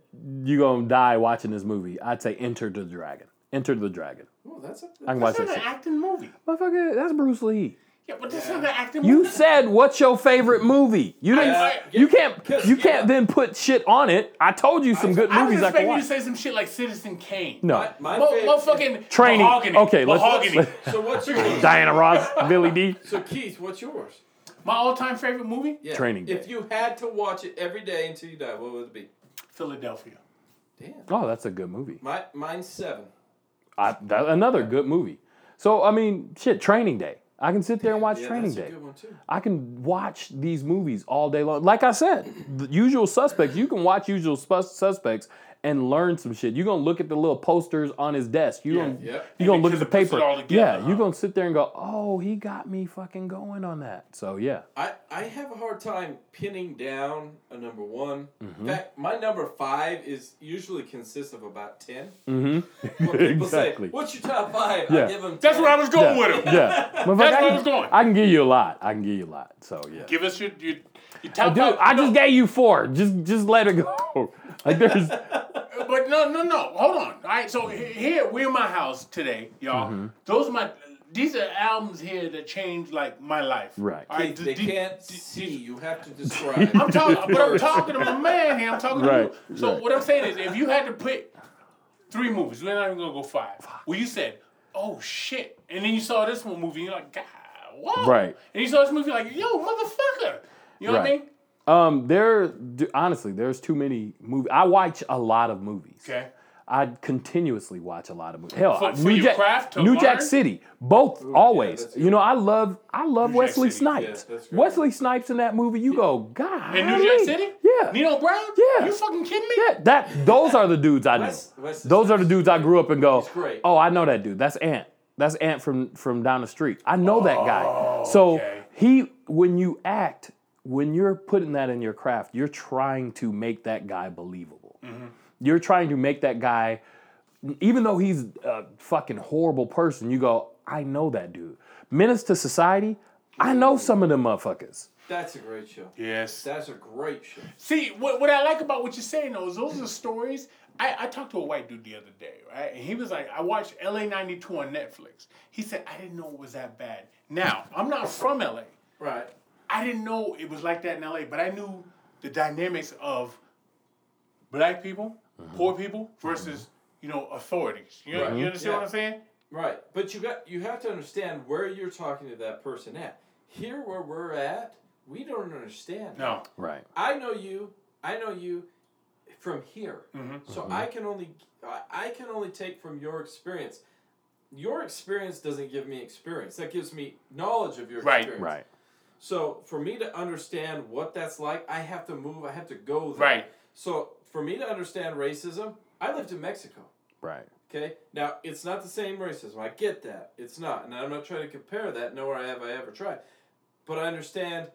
you gonna die watching this movie, I'd say Enter the Dragon. Enter the Dragon.
Ooh, that's up there.
I can watch
That's not
that
an
shit.
acting movie.
Motherfucker, that's Bruce Lee.
Yeah, but that's not an acting
You
movie.
said what's your favorite movie? You didn't.
Uh,
you can't.
kiss,
You
yeah.
can't then put shit on it. I told you some good
I was
movies I can
expecting you
watch.
to say some shit like Citizen Kane.
no,
My
Mo-
favorite.
Motherfucking
Training.
Mahogany.
Okay, let's-
Mahogany.
So what's yours?
Diana Ross, Billy D.
so Keith, what's yours?
My all-time favorite movie?
Yeah.
Training
If
Day.
you had to watch it every day until you die, what would it be?
Philadelphia.
Damn.
Oh, that's a good movie.
My mine's seven.
I, that, another good movie. So I mean, shit, Training Day. I can sit there and watch
Yeah,
Training
that's
Day.
a good one too.
I can watch these movies all day long. Like I said, the Usual Suspects. You can watch Usual Sus- Suspects and learn some shit. You're gonna look at the little posters on his desk. You gonna
yep.
you gonna
And
look
the
at the
kid that puts
paper.
it all together,
yeah,
huh?
you're gonna sit there and go, "Oh, he got me fucking going on that." So yeah,
I, I have a hard time pinning down a number one.
Mm-hmm.
In fact, my number five is usually consists of about 10 Mm-hmm.
Exactly.
Say, What's your top five? I
Yeah.
give them.
That's where I was going
yeah,
with it.
yeah. Motherfucker,
That's
I
where I
can-
was going.
I can give you a lot. I can give you a lot. So yeah.
Give us your your, your top
Dude,
five.
I
No,
just gave you four. Just just let it go. Like there's
But no, no, no. Hold on. All right. So he- here we're in my house today, y'all.
Mm-hmm.
Those are my. These are albums here that changed like my life.
Right.
All right.
They
th- th-
can't
th-
see. You have to describe.
I'm talking, but I'm talking to my man here. I'm talking
Right,
to you. So
right.
what I'm saying is, if you had to pick three movies, we're not even gonna go five. Well, you said, "Oh shit," and then you saw this one movie, and you're like, "God, whoa!"
Right.
And you saw this movie, like, "Yo, motherfucker," you know what I
Right.
mean?
um there d- honestly there's too many movies. I watch a lot of movies.
Okay.
I continuously watch a lot of movies. Hell,
For-
I-
for
New,
your
Jack,
craft to
New Jack
learn?
City, both always.
that's
you know, I love I love
New Jack
Wesley
City, yeah,
Snipes.
that's great.
Wesley Snipes in that movie, you go, God.
In New Jack City?
Yeah.
Nino Brown?
Yeah.
You fucking kidding me?
yeah, that those are the dudes I know.
Wes- Wes is
Those are the dudes I grew up and go.
great.
Oh, I know that dude. That's Ant. That's Ant from from down the street. I know that
Oh,
guy. So
okay.
he, when you act, when you're putting that in your craft, you're trying to make that guy believable.
Mm-hmm.
You're trying to make that guy, even though he's a fucking horrible person, you go, I know that dude. Menace to society. I know some of them motherfuckers.
That's a great show.
Yes.
That's a great show.
See, what, what I like about what you're saying though is those are stories. I, I talked to a white dude the other day, right? And he was like, I watched LA 92 on Netflix. He said, I didn't know it was that bad. Now, I'm not from LA.
Right.
I didn't know it was like that in LA, but I knew the dynamics of black people poor people versus you know authorities. You, know- you understand what I'm saying?
Right, but you got you have to understand where you're talking to that person at. Here, where we're at, we don't understand.
No,
Right.
I know you. I know you from here.
Mm-hmm.
So I can only I- I can only take from your experience. Your experience doesn't give me experience. That gives me knowledge of your
Right.
experience.
Right.
So for me to understand what that's like, I have to move. I have to go there.
Right.
So for me to understand racism, I lived in Mexico.
Right.
Okay. Now it's not the same racism. I get that. It's not, and I'm not trying to compare that. Nor have I ever tried. But I understand,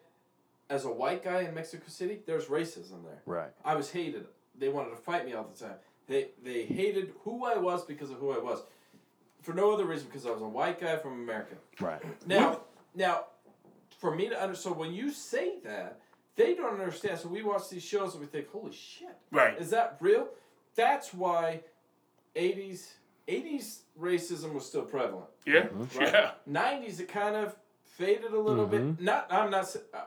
as a white guy in Mexico City, there's racism there.
Right.
I was hated. They wanted to fight me all the time. They they hated who I was because of who I was, for no other reason because I was a white guy from America.
Right.
Now, now, for me to understand, so when you say that, they don't understand. So we watch these shows and we think, "Holy shit,
Right.
Is that real?" That's why '80s '80s racism was still prevalent.
yeah, yeah,
'90s it kind of faded a little
Mm-hmm.
bit. Not I'm not s- uh,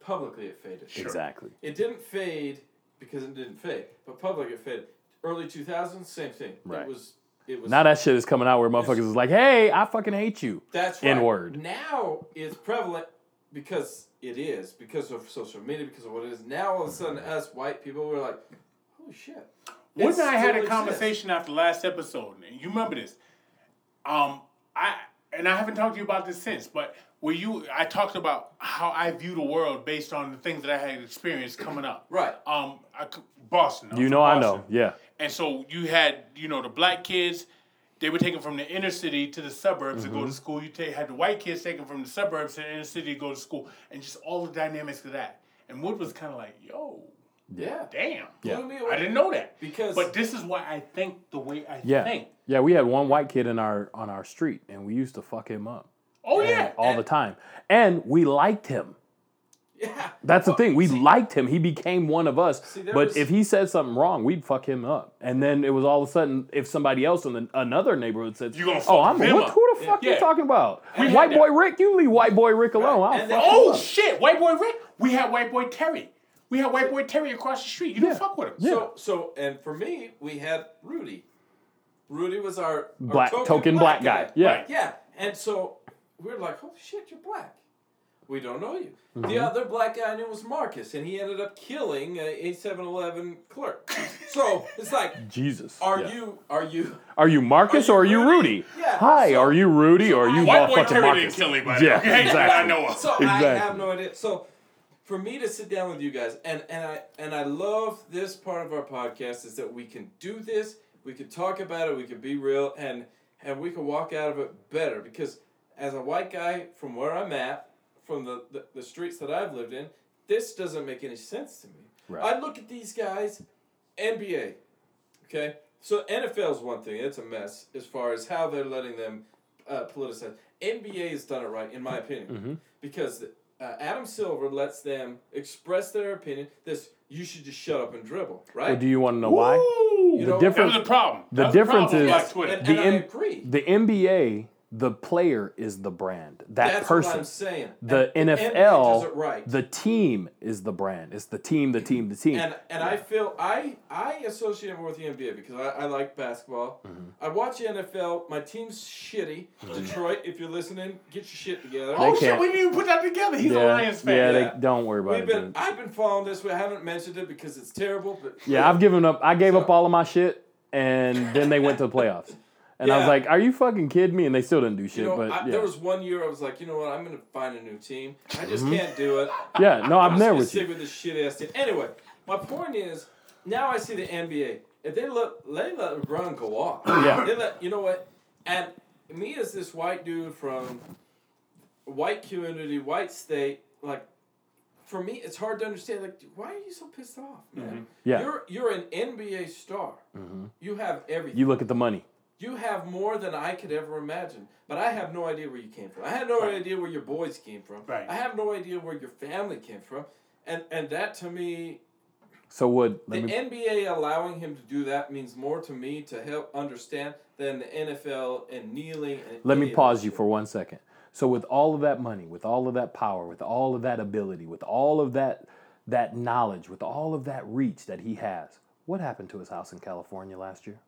publicly it faded.
Exactly.
It didn't fade because it didn't fade, but public it faded. Early 2000s, same thing.
Right.
It was. It was
Now that shit is coming out where motherfuckers is like, "Hey, I fucking hate you."
That's right.
N-word.
Now it's prevalent because it is because of social media because of what it is. Now all of a sudden, us white people were like, "Oh shit!"
Wood
It
and I had
still
a
exists.
conversation after last episode, and you remember this. Um, I and I haven't talked to you about this since, but where you, I talked about how I view the world based on the things that I had experienced coming up.
Right.
Um, I c Boston. I'm
You
from
know I
Boston.
know. Yeah.
And so you had, you know, the black kids, they were taken from the inner city to the suburbs to go
Mm-hmm.
to school. You ta- had the white kids taken from the suburbs to the inner city to go to school, and just all the dynamics of that. And Wood was kind of like, yo,
Yeah.
damn.
Blew me away.
I didn't know that.
Because-
But this is why I think the way I
Yeah.
think.
Yeah, we had one white kid in our on our street and we used to fuck him up
Oh, yeah.
all the time. And we liked him.
Yeah.
That's the thing. We liked him. He became one of us.
there
but
was-
if he said something wrong, we'd fuck him up. And then it was all of a sudden, if somebody else in the, another neighborhood said,
You gonna
"Oh,
fuck
I'm
him
what,
up."
who the fuck
Yeah.
you talking about?
had
white
that.
boy Rick, you leave white boy Rick alone. I'll
And
fuck
then-
him
Oh,
up."
shit. White Boy Rick. We had White Boy Terry. We had White Boy Terry across the street. You
Yeah.
don't fuck with him.
Yeah.
So so and for me, we had Rudy. Rudy was our, our
black token, black, guy. Yeah,
Right.
Yeah. And so we're like, holy shit, you're black. We don't know you. The
Mm-hmm.
other black guy I knew was Marcus, and he ended up killing a 7 Eleven clerk. So it's like,
Jesus.
are
Yeah.
you, are you,
Are you Marcus
Are
or are
you
you
Rudy?
Rudy?
Yeah,
Hi,
so-
are you Rudy or are you
White Boy
motherfucking
Terry didn't
Marcus?
kill anybody.
Yeah,
okay? I
exactly.
know him.
so I have
Exactly.
no idea. So for me to sit down with you guys, and, and I and I love this part of our podcast is that we can do this, we can talk about it, we can be real, and and we can walk out of it better because as a white guy from where I'm at, from the, the, the streets that I've lived in, this doesn't make any sense to me.
Right.
I look at these guys, NBA, Okay, so NFL's one thing; it's a mess as far as how they're letting them uh, politicize. NBA has done it right, in my opinion,
Mm-hmm.
because uh, Adam Silver lets them express their opinion. This you should just shut up and dribble, right?
Or do you want to know why?
know,
Ooh.
The
That was
difference
a problem.
the
That was a
difference
problem
is-
with
Yes,
Black Twitter.
and,
The
and I
M-
agree.
the NBA, the player is the brand. That
That's
person.
what I'm saying.
The
And
NFL,
does it right.
the team is the brand. It's the team, the team, the team.
and and I feel I I associate more with the NBA because I, I like basketball.
Mm-hmm.
I watch the NFL. My team's shitty. Detroit, if you're listening, get your shit together.
Oh, shit.
can't-
We didn't even put that together. He's
yeah,
a Lions fan.
yeah,
Yeah.
They, don't worry about
We've
it.
been.
dude.
I've been following this. We haven't mentioned it because it's terrible. But
yeah, I've given up. I gave
So-
up all of my shit, and then they went to the playoffs. And I
Yeah.
was like, "Are you fucking kidding me?" And they still didn't do shit.
You know,
but
I,
yeah.
there was one year I was like, you know what? I'm gonna find a new team. I just
Mm-hmm.
can't do it.
yeah, no, I'm
I'm
there
just gonna
with
stick
you.
with this shit ass team. Anyway, my point is now I see the NBA. If they let they let LeBron go off,
Yeah.
they let you know what? And me as this white dude from white community, white state, like for me, it's hard to understand. Like, why are you so pissed off, man?
Mm-hmm. Yeah. Mm-hmm.
you're you're an NBA star. You have everything.
You look at the money.
You have more than I could ever imagine, but I have no idea where you came from. I have no idea where your boys came from.
Right.
I have no idea where your family came from, and and that to me,
So would let
the
me
NBA allowing him to do that means more to me to help understand than the NFL and kneeling. And
Let me
any of
pause
that
you
shit.
for one second. So with all of that money, with all of that power, with all of that ability, with all of that that knowledge, with all of that reach that he has, What happened to his house in California last year?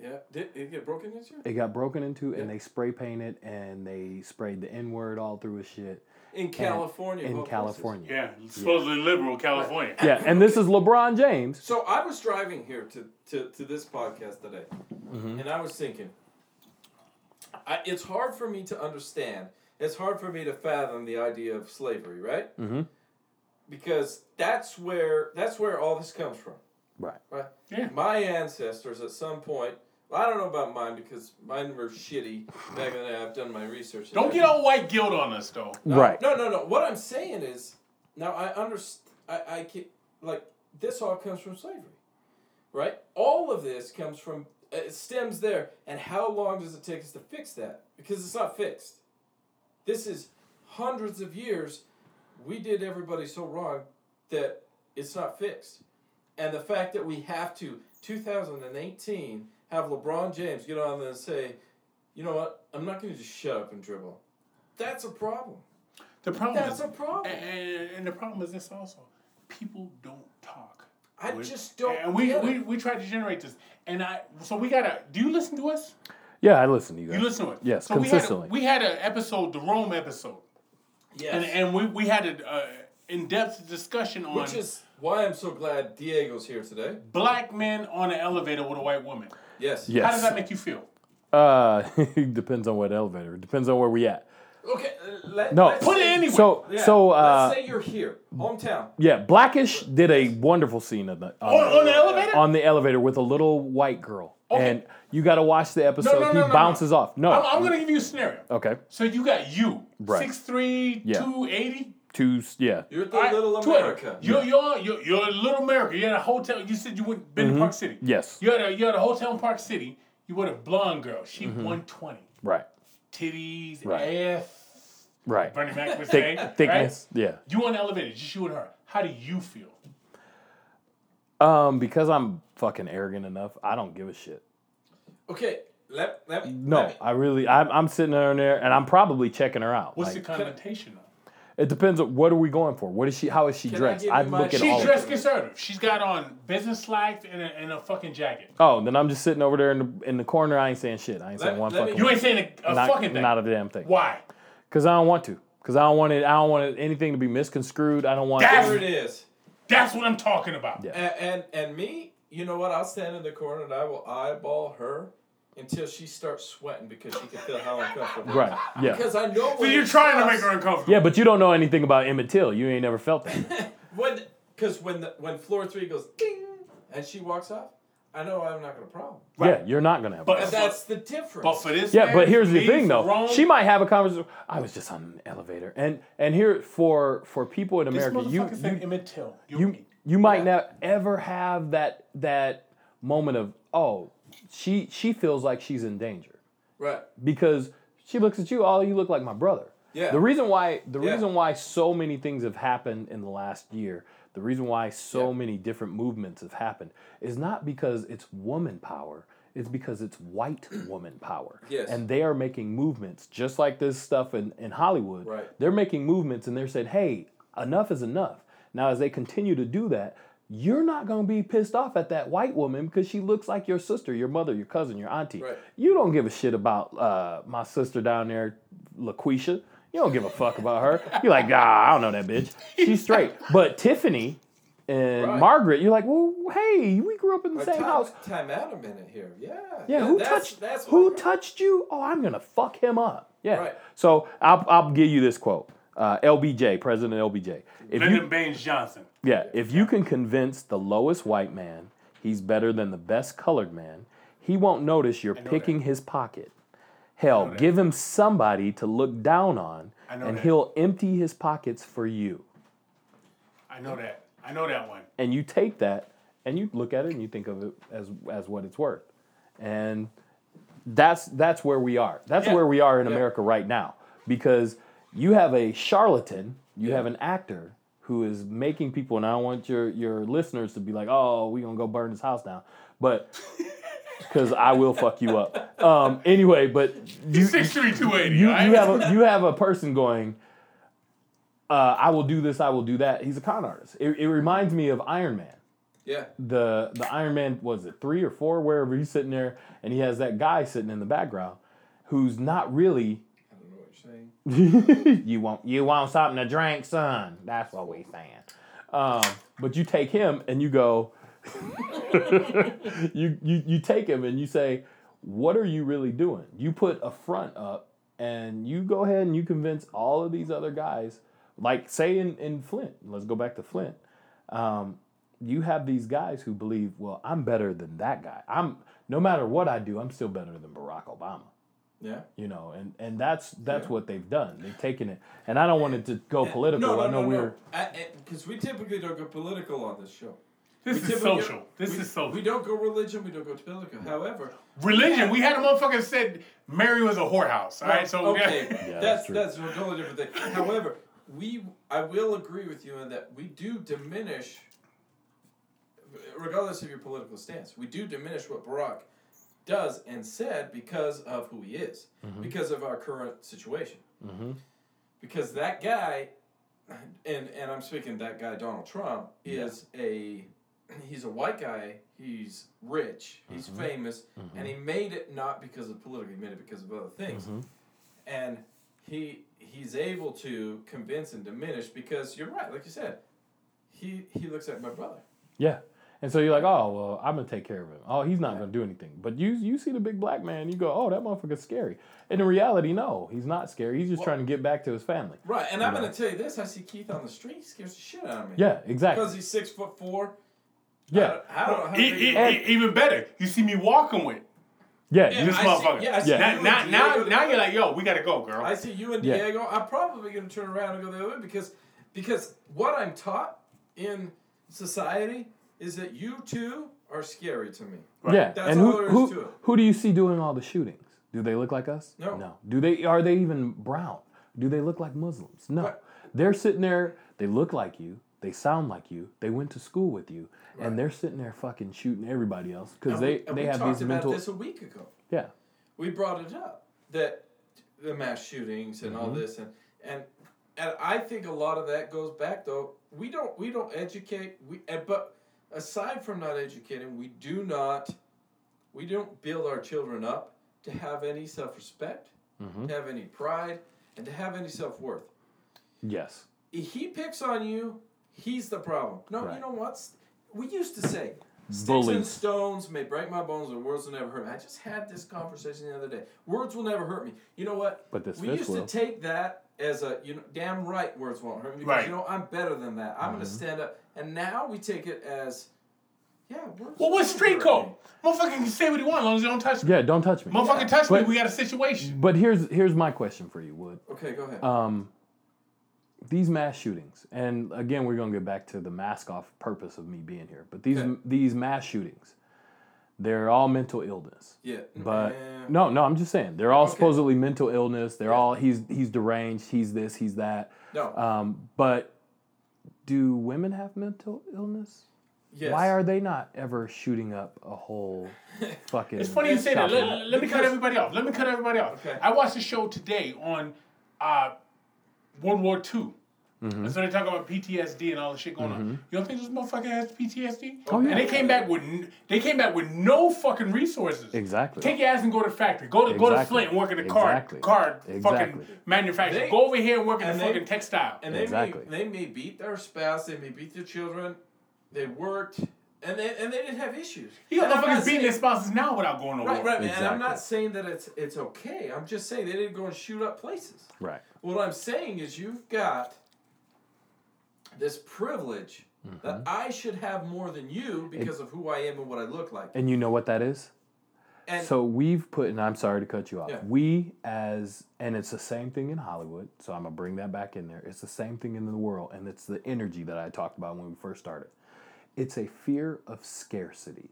Yeah. Did it get broken this year?
It got broken into and they spray painted and they sprayed the N word all through his shit.
In California. of
In
all places.
California.
Yeah, supposedly liberal California.
Yeah, and this is LeBron James.
So I was driving here to, to, to this podcast today,
Mm-hmm.
and I was thinking, I, it's hard for me to understand. It's hard for me to fathom the idea of slavery, right? Mm-hmm. Because that's where that's where all this comes from,
Right.
right?
Yeah.
My ancestors at some point. I don't know about mine because mine were shitty back in the day. I've done my research.
Don't get all white guilt on us though.
No,
Right.
No, no, no. What I'm saying is, now I understand. I, I can like this all comes from slavery, right? All of this comes from uh, it stems there. And how long does it take us to fix that? Because it's not fixed. This is hundreds of years. We did everybody so wrong that it's not fixed. And the fact that we have to 2018 have LeBron James get on there and say, you know what? I'm not going to just shut up and dribble. That's a problem.
The problem
That's
is,
a problem.
And, and the problem is this also: people don't talk.
I
We-
just don't.
And we,
get
we
it.
we tried to generate this, and I so we gotta. Do you listen to us?
Yeah, I listen to you guys.
You listen to us?
Yes,
so
consistently.
We had, a, we had an episode, the Rome episode,
yes.
and and we we had an uh, in depth discussion on
Which is why I'm so glad Diego's here today.
black men on an elevator with a white woman.
Yes.
Yeah.
How does that make you feel?
Uh, depends on what elevator. It Depends on where we at.
Okay. uh, Let,
No.
let's
Put it
say-
anywhere.
So,
Yeah,
so uh,
let's say you're here, hometown.
yeah, Blackish did a wonderful scene of the
On,
on,
on the elevator?
Uh, on the elevator with a little white girl, and you got to watch the episode.
no,
he
no, no,
bounces
no.
off. No.
I'm, I'm gonna give you a scenario.
okay.
So you got you,
Right.
six three,
Yeah.
two eighty.
Two. s- Yeah.
You're at the
Alright,
Little
Twitter.
America.
You're, you're, you're, you're in Little America. You're at a hotel. You said you went been in Park City.
Mm-hmm. Yes.
You're at, a, you're at a hotel in Park City. You were a blonde girl. She
Mm-hmm.
120.
Right.
Titties,
Right.
ass.
Right.
Bernie Mac would say.
Thick,
right?
thickness. Yeah.
You on the elevator, just you and her. How do you feel?
Um, because I'm fucking arrogant enough, I don't give a shit.
Okay. Let, let me.
No,
let me-
I really, I'm, I'm sitting there and there, and I'm probably checking her out.
What's
Like,
the connotation of?
it depends on what are we going for. What is she? How is she
Can I
dressed?
give
I
you my-
look at
She's
all.
She's
of
dressed
it.
conservative. She's got on business slacks and a, and a fucking jacket.
Oh, then I'm just sitting over there in the, in the corner. I ain't saying shit. I ain't saying
Let-
one
let me-
fucking.
You
word.
ain't saying a, a
not,
fucking thing.
not a damn thing.
Why?
Because I don't want to. Because I don't want it. I don't want it, anything to be misconstrued. I don't want.
That's-
There it is.
That's what I'm talking about.
Yeah.
And, and and me, you know what? I'll stand in the corner and I will eyeball her until she starts sweating because she can feel how uncomfortable.
right. Yeah.
Because I know.
So you're trying to make her uncomfortable.
Yeah, but you don't know anything about Emmett Till. You ain't never felt that.
When because when the, when floor three goes ding and she walks off, I know I'm not gonna problem.
Yeah, you're not gonna have.
But-
that.
And that's the difference.
But for this,
Yeah,
man,
but here's the
he's
thing, though.
wrong.
She might have a conversation. I was just on an elevator, and and here for for people in
This
America, you
motherfucker said Emmett Till. You,
you you might not ever have that that moment of oh she she feels like she's in danger
right.
because she looks at you oh you look like my brother
Yeah.
the reason why the
Yeah.
reason why so many things have happened in the last year the reason why so many different movements have happened is not because it's woman power it's because it's white woman power
Yes.
and they are making movements just like this stuff in, in hollywood
Right.
they're making movements and they're saying, hey, enough is enough. Now, as they continue to do that, you're not going to be pissed off at that white woman because she looks like your sister, your mother, your cousin, your auntie.
Right.
You don't give a shit about uh, my sister down there, LaQuisha. You don't give a fuck about her. You're like, ah, I don't know that bitch. She's straight. But Tiffany and
Right.
Margaret, you're like, well, hey, we grew up in the same
time,
house.
Time out a minute here. Yeah.
Yeah, who
that's-
touched
That's
who
what-
touched you? Oh, I'm gonna fuck him up. Yeah.
Right.
So I'll, I'll give you this quote. Uh, LBJ, President LBJ. If
Lyndon
you,
Baines Johnson.
yeah, if you can convince the lowest white man he's better than the best colored man, he won't notice you're picking his pocket. Hell, give him somebody to look down on,
know
and
that.
he'll empty his pockets for you.
I know that. I know that one.
and you take that and you look at it and you think of it as as what it's worth and that's that's where we are that's
Yeah.
where we are in america right now because you have a charlatan you have an actor who is making people and i don't want your your listeners to be like oh we're gonna go burn his house down but because i will fuck you up um anyway but you,
Six three two eighty.
you, you have a, you have a person going. Uh, I will do this. I will do that. He's a con artist. It, it reminds me of Iron Man.
Yeah.
the the Iron Man was it three or four wherever he's sitting there, and he has that guy sitting in the background who's not really.
I don't know what you're saying.
you want you want something to drink, son. That's what we saying. Um, but you take him and you go. you, you you take him and you say, what are you really doing? You put a front up and you go ahead and you convince all of these other guys, like say in, in Flint, let's go back to Flint. Um, you have these guys who believe, well, I'm better than that guy. I'm no matter what I do, I'm still better than Barack Obama.
Yeah.
You know, and, and that's that's
Yeah.
what they've done. They've taken it, and I don't want it to go political. I know we're
Because we typically don't go political on this show.
This
We
is
typically-
social. This
we-
is social.
We don't go religion. We don't go political. However,
Religion. We had a motherfucker said Mary was a whorehouse. All right, so
okay, that's
true.
that's a totally different thing. However, we I will agree with you in that we do diminish, regardless of your political stance, we do diminish what Barack does and said because of who he is, because of our current situation, because that guy, and and I'm speaking that guy Donald Trump is a he's a white guy. He's rich. He's famous, and he made it not because of political. He made it because of other things, and he he's able to convince and diminish because you're right. Like you said, he he looks at my brother.
yeah. And so you're like, oh well, I'm gonna take care of him. Oh, he's not gonna do anything. But you you see the big black man, you go, oh, that motherfucker's scary. And in reality, no, he's not scary. He's just trying to get back to his family.
Right, and I'm gonna tell you this: I see Keith on the street. He scares the shit out of me.
Yeah,
because
exactly.
he's six foot four.
Yeah,
I don't know. How
E-
big he
e-
was.
e- even better, you see me walking with
yeah.
Yeah,
you-
this
I see-
motherfucker.
yeah, I see
Now,
you
now,
and
now,
Diego.
now you're like, yo, we gotta go, girl.
I see you and
Yeah.
Diego. I'm probably going to turn around and go the other way because because what I'm taught in society is that you two are scary to me.
Yeah,
That's
and
all
who
there is
who,
to it.
who do you see doing all the shootings? Do they look like us?
No.
No. Do they are they even brown? Do they look like Muslims? No.
Right.
They're sitting there. They look like you. They sound like you. They went to school with you, and they're sitting there fucking shooting everybody else because
And
they
we- and
they
we
have
talked
these
about
mental
this a week ago.
yeah
we brought it up that the mass shootings and all this and and and I think a lot of that goes back though we don't we don't educate we and, but aside from not educating we do not we don't build our children up to have any self respect to have any pride and to have any self worth
yes
if he picks on you he's the problem no
Right.
you know what S- we used to say Sticks and
Bullies.
stones may break my bones, but words will never hurt me. I just had this conversation the other day. Words will never hurt me. You know what?
But this
we
fist
used
will.
to take that as a you know damn right words won't hurt me because
Right.
you know I'm better than that. I'm
Mm-hmm.
gonna stand up. And now we take it as yeah. Words
well, what's
won't
street
hurt
code?
me.
Motherfucker can say what he wants as long as you don't touch me.
yeah don't touch me.
Motherfucker touch me,
But-
we got a situation.
But here's here's my question for you, Wood.
Okay, go ahead.
um, these mass shootings, and again, we're gonna get back to the mask off purpose of me being here. But these
Okay.
these mass shootings, they're all mental illness.
yeah,
But
eh,
no, no, I'm just saying they're all
Okay.
supposedly mental illness. They're all he's he's deranged. He's this. He's that.
no.
Um, but do women have mental illness?
yes.
Why are they not ever shooting up a whole fucking?
It's funny you say that.
shopping
Let,
mall?
let- let me cut everybody off. Let me cut everybody off.
Okay.
I watched a show today on uh, World War II.
Mm-hmm.
And so they talk about PTSD and all the shit going on. You don't think this motherfucker has PTSD?
Oh, yeah.
And they came back with n- they came back with no fucking resources.
Exactly.
Take your ass and go to the factory. Go to go to
Exactly.
Flint and work in the car
Exactly.
car fucking
Exactly.
manufacturer.
They-
go over here and work in the
and they-
fucking textile.
And they
Exactly.
may, they may beat their spouse. They may beat their children. They worked, and they and they didn't have issues.
you
And I'm not
got motherfuckers beating
saying-
their spouses now without going to
Right,
war.
right, man. And I'm
Exactly.
not saying that it's it's okay. I'm just saying they didn't go and shoot up places.
Right.
What I'm saying is you've got this privilege
Mm-hmm.
that I should have more than you because of who I am and what I look like.
And you know what that is?
And
so we've put, and I'm sorry to cut you off.
Yeah.
We as, and it's the same thing in Hollywood. So I'm gonna bring that back in there. It's the same thing in the world, and it's the energy that I talked about when we first started. It's a fear of scarcity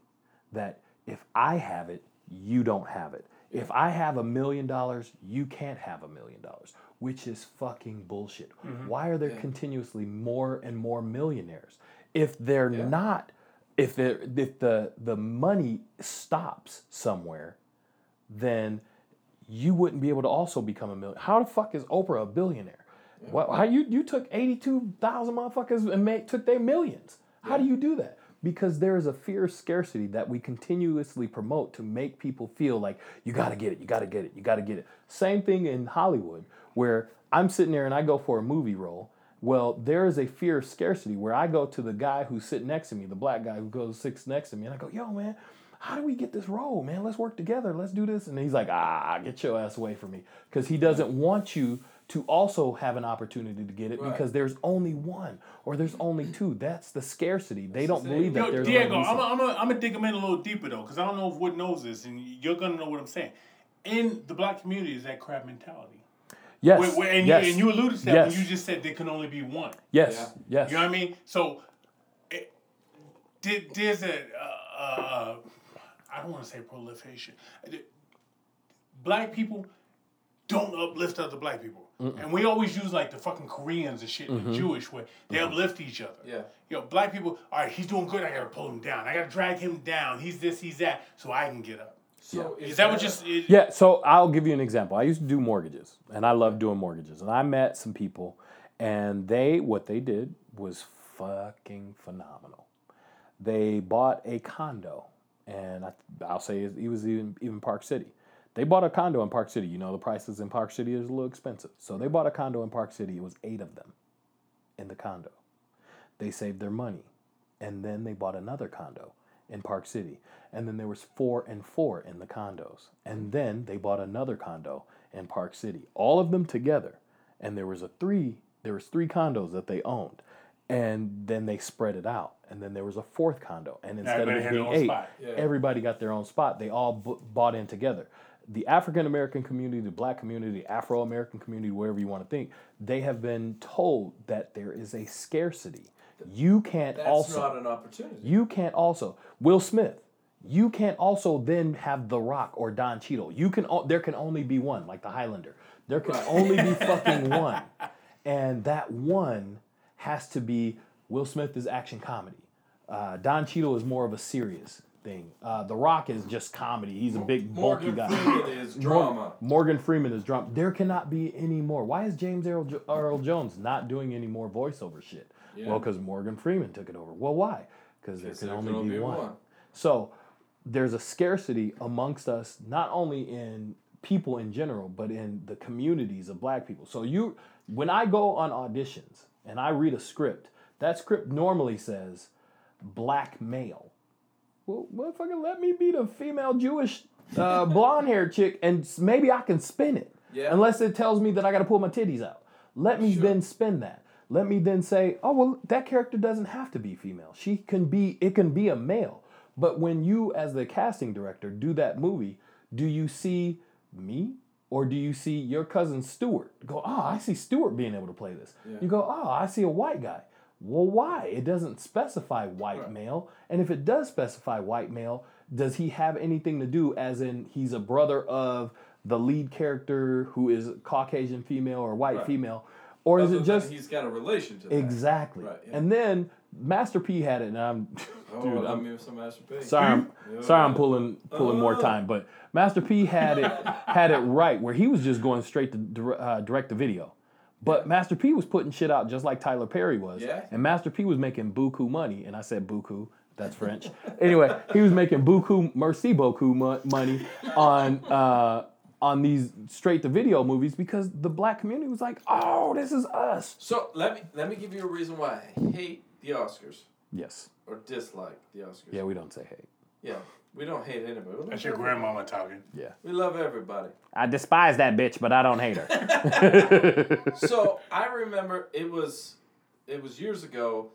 that if I have it, you don't have it. If I have a million dollars, you can't have a million dollars, which is fucking bullshit. Why are there continuously more and more millionaires? If they're not, if, they're, if the, the money stops somewhere, then you wouldn't be able to also become a million. How the fuck is Oprah a billionaire? What, how you you took eighty two thousand motherfuckers and made, took their millions? How do you do that? because there is a fear of scarcity that we continuously promote to make people feel like you got to get it, you got to get it, you got to get it. Same thing in Hollywood where I'm sitting there and I go for a movie role. Well, there is a fear of scarcity where I go to the guy who's sitting next to me, the black guy who goes sits next to me, and I go, "Yo, man, how do we get this role, man? Let's work together. Let's do this." And he's like, "Ah, get your ass away from me," because he doesn't want you to also have an opportunity to get it
Right.
because there's only one or there's only two. That's the scarcity. They don't
the
believe
thing.
that
Yo,
there's
Diego,
only
I'm gonna I'm a, I'm a dig him in a little deeper though, because I don't know if Wood knows this, and you're gonna know what I'm saying. In the black community, is that crab mentality.
yes,
Wait, wait, and,
yes,
you, and you alluded to that
Yes.
when you just said there can only be one.
yes, yes.
You know what I mean? So, it, there- there's a, uh, uh, I don't want to say proliferation. Black people don't uplift other black people. And we always use like the fucking Koreans and shit,
Mm-hmm.
the Jewish way. They uplift each other.
Yeah.
You know, black people, all right, he's doing good, I gotta pull him down. I gotta drag him down. He's this, he's that, so I can get up.
So
Is that what just. It,
Yeah, so I'll give you an example. I used to do mortgages, and I love doing mortgages. And I met some people, and they what they did was fucking phenomenal. They bought a condo, and I, I'll say it, it was even even Park City. They bought a condo in Park City. You know the prices in Park City is a little expensive, so they bought a condo in Park City. It was eight of them in the condo. They saved their money, and then they bought another condo in Park City. And then there was four and four in the condos. And then they bought another condo in Park City. All of them together. And there was a three, there was three condos that they owned. And then they spread it out. And then there was a fourth condo. And instead
Everybody
of it
had their
being
own
eight,
spot.
Yeah.
everybody got their own spot. They all bu- bought in together. The African American community, the black community, Afro American community, whatever you want to think, they have been told that there is a scarcity. You can't
that's
also
not an opportunity.
you can't also Will Smith. You can't also then have The Rock or Don Cheadle. You can o- there can only be one, like the Highlander. There can
Right.
only be fucking one, and that one has to be Will Smith is action comedy. Uh, Don Cheadle is more of a serious thing. Uh, the Rock is just comedy. He's a big bulky
Morgan
guy.
Freeman is drama.
Morgan Freeman is drunk. There cannot be any more. Why is James Earl, jo- Earl Jones not doing any more voiceover shit? Well, because Morgan Freeman took it over. Well, why? Because there can
there
only
can only
be
be
one.
one.
So there's a scarcity amongst us, not only in people in general, but in the communities of black people. So you, when I go on auditions and I read a script, that script normally says black male well, motherfucker, let me be the female Jewish uh, blonde hair chick, and s- maybe I can spin it.
Yeah.
Unless it tells me that I got to pull my titties out. Let me then spin that. Let me then say, oh well, that character doesn't have to be female. She can be. It can be a male. But when you, as the casting director, do that movie, do you see me or do you see your cousin Stewart? Go, oh, I see Stewart being able to play this. You go, oh, I see a white guy. Well, why? It doesn't specify white male. And if it does specify white male, does he have anything to do, as in he's a brother of the lead character who is Caucasian female or white female? Or is
Other
it
than
just.
he's got a relation to that?
Exactly.
Right, yeah.
And then Master P had it, and I'm.
Oh,
dude,
I
I'm
mean, Uh. some masterpiece.
Sorry, I'm, sorry, I'm pulling pulling more time, but Master P had it had it right where he was just going straight to dir- uh, direct to video, but Master P was putting shit out just like Tyler Perry was,
Yeah.
and Master P was making buku money, and I said buku, that's French. anyway, he was making buku merci beaucoup mo- money on. Uh, on these straight to video movies because the black community was like, "Oh, this is us."
So let me let me give you a reason why I hate the Oscars
Yes.
or dislike the Oscars.
Yeah, we don't say hate.
Yeah, We don't hate anybody. We love
That's your
everybody.
grandmama talking.
We love everybody.
I despise that bitch, but I don't hate her.
so I remember it was it was years ago,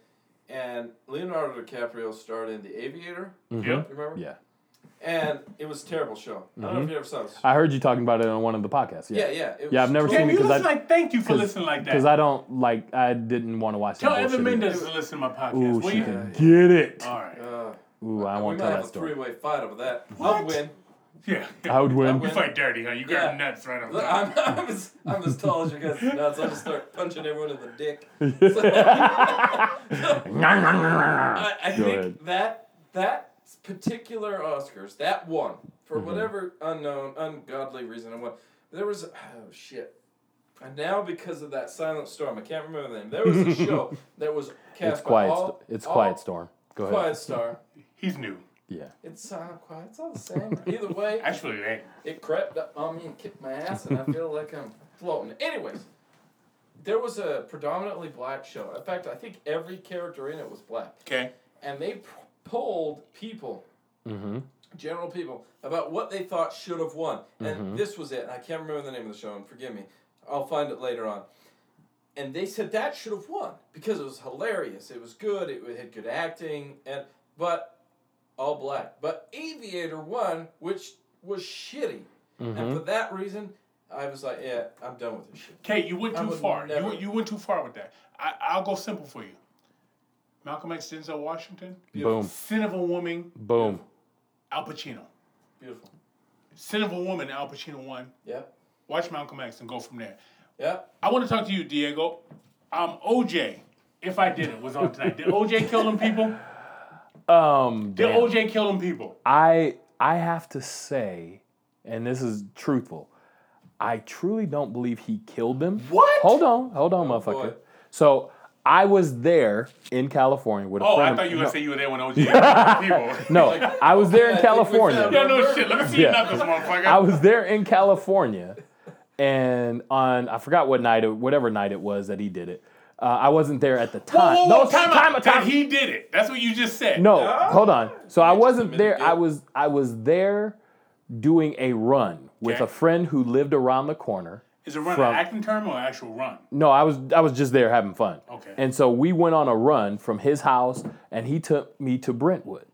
and Leonardo DiCaprio starred in The Aviator.
Mm-hmm.
Yep.
You remember?
Mm. yeah. Mm-hmm.
And it was a terrible show. I don't know if you ever saw this.
I heard you talking about it on one of the podcasts.
yeah, yeah.
Yeah,
It
Yeah,
was
I've never
Damn,
totally-
you
Because I-
listen like thank you for listening like that.
because I don't like. I didn't want to watch.
Tell
that
Evan
bullshit
Mendez
either.
to listen to my podcast.
Ooh,
will
she
you?
can get it.
All right.
Uh,
Ooh, I
we might
won't tell
have
that
a
story.
three-way fight over that. I'll
What?
win.
Yeah.
I would
I
win.
win.
Fight dirty, huh? You got
Yeah.
nuts right up
Look,
top.
I'm, I'm, as, I'm as tall as you guys are nuts. I'll just start punching everyone in the dick. So- I, I
Go
think
ahead.
that that particular Oscars, that one, for
Mm-hmm.
whatever unknown, ungodly reason, and what there was, oh shit. And now because of that silent storm, I can't remember the name. There was a show that was cast
It's
by
quiet.
all-
St- it's
all-
quiet storm. Go ahead.
Quiet Star.
He's new.
Yeah.
It's uh, quiet. It's all the same. Either way,
Actually, it ain't.
it crept up on me and kicked my ass, and I feel like I'm floating. Anyways, there was a predominantly black show. In fact, I think every character in it was black.
Okay.
And they p- polled people,
Mm-hmm.
general people, about what they thought should have won. And
Mm-hmm.
this was it. And I can't remember the name of the show, and forgive me. I'll find it later on. And they said that should have won because it was hilarious. It was good. It had good acting. and But all black. But Aviator won, which was shitty.
Mm-hmm.
And for that reason, I was like, yeah, I'm done with this shit.
Kate, you went
I
too
would
far. You,
never-
went- you went too far with that. I, I'll go simple for you. Malcolm X, Denzel Washington,
Boom.
Sin of a Woman,
Boom.
Al Pacino.
Beautiful.
Sin of a Woman, Al Pacino won.
Yep.
Watch Malcolm X and go from there.
Yep.
I want to talk to you, Diego. Um, OJ, if I didn't, was on tonight. Did OJ kill them people?
Um,
Did
damn.
OJ kill them people?
I I have to say, and this is truthful, I truly don't believe he killed them.
What? Oh,
Hold on, hold on, motherfucker.
boy.
So I was there in California with a
Oh,
friend.
I
of-
thought you were
no,
gonna say you were there when OJ killed people.
No, I was there in
I think we found
California.
Yeah, no shit. Let me see your
Yeah.
knuckles, motherfucker.
I was there in California, and on I forgot what night, it, whatever night it was that he did it. Uh, I wasn't there at the
Whoa,
time.
whoa,
no,
whoa, time,
time,
out.
out, time
That he did it. That's what you just said.
No, hold on. So I wasn't
Oh. admitted
there. I
guilt.
was I was there doing a run with
Okay.
a friend who lived around the corner.
Is it run an
From-
acting term or an actual run?
No, I was I was just there having fun.
Okay.
And so we went on a run from his house and he took me to Brentwood.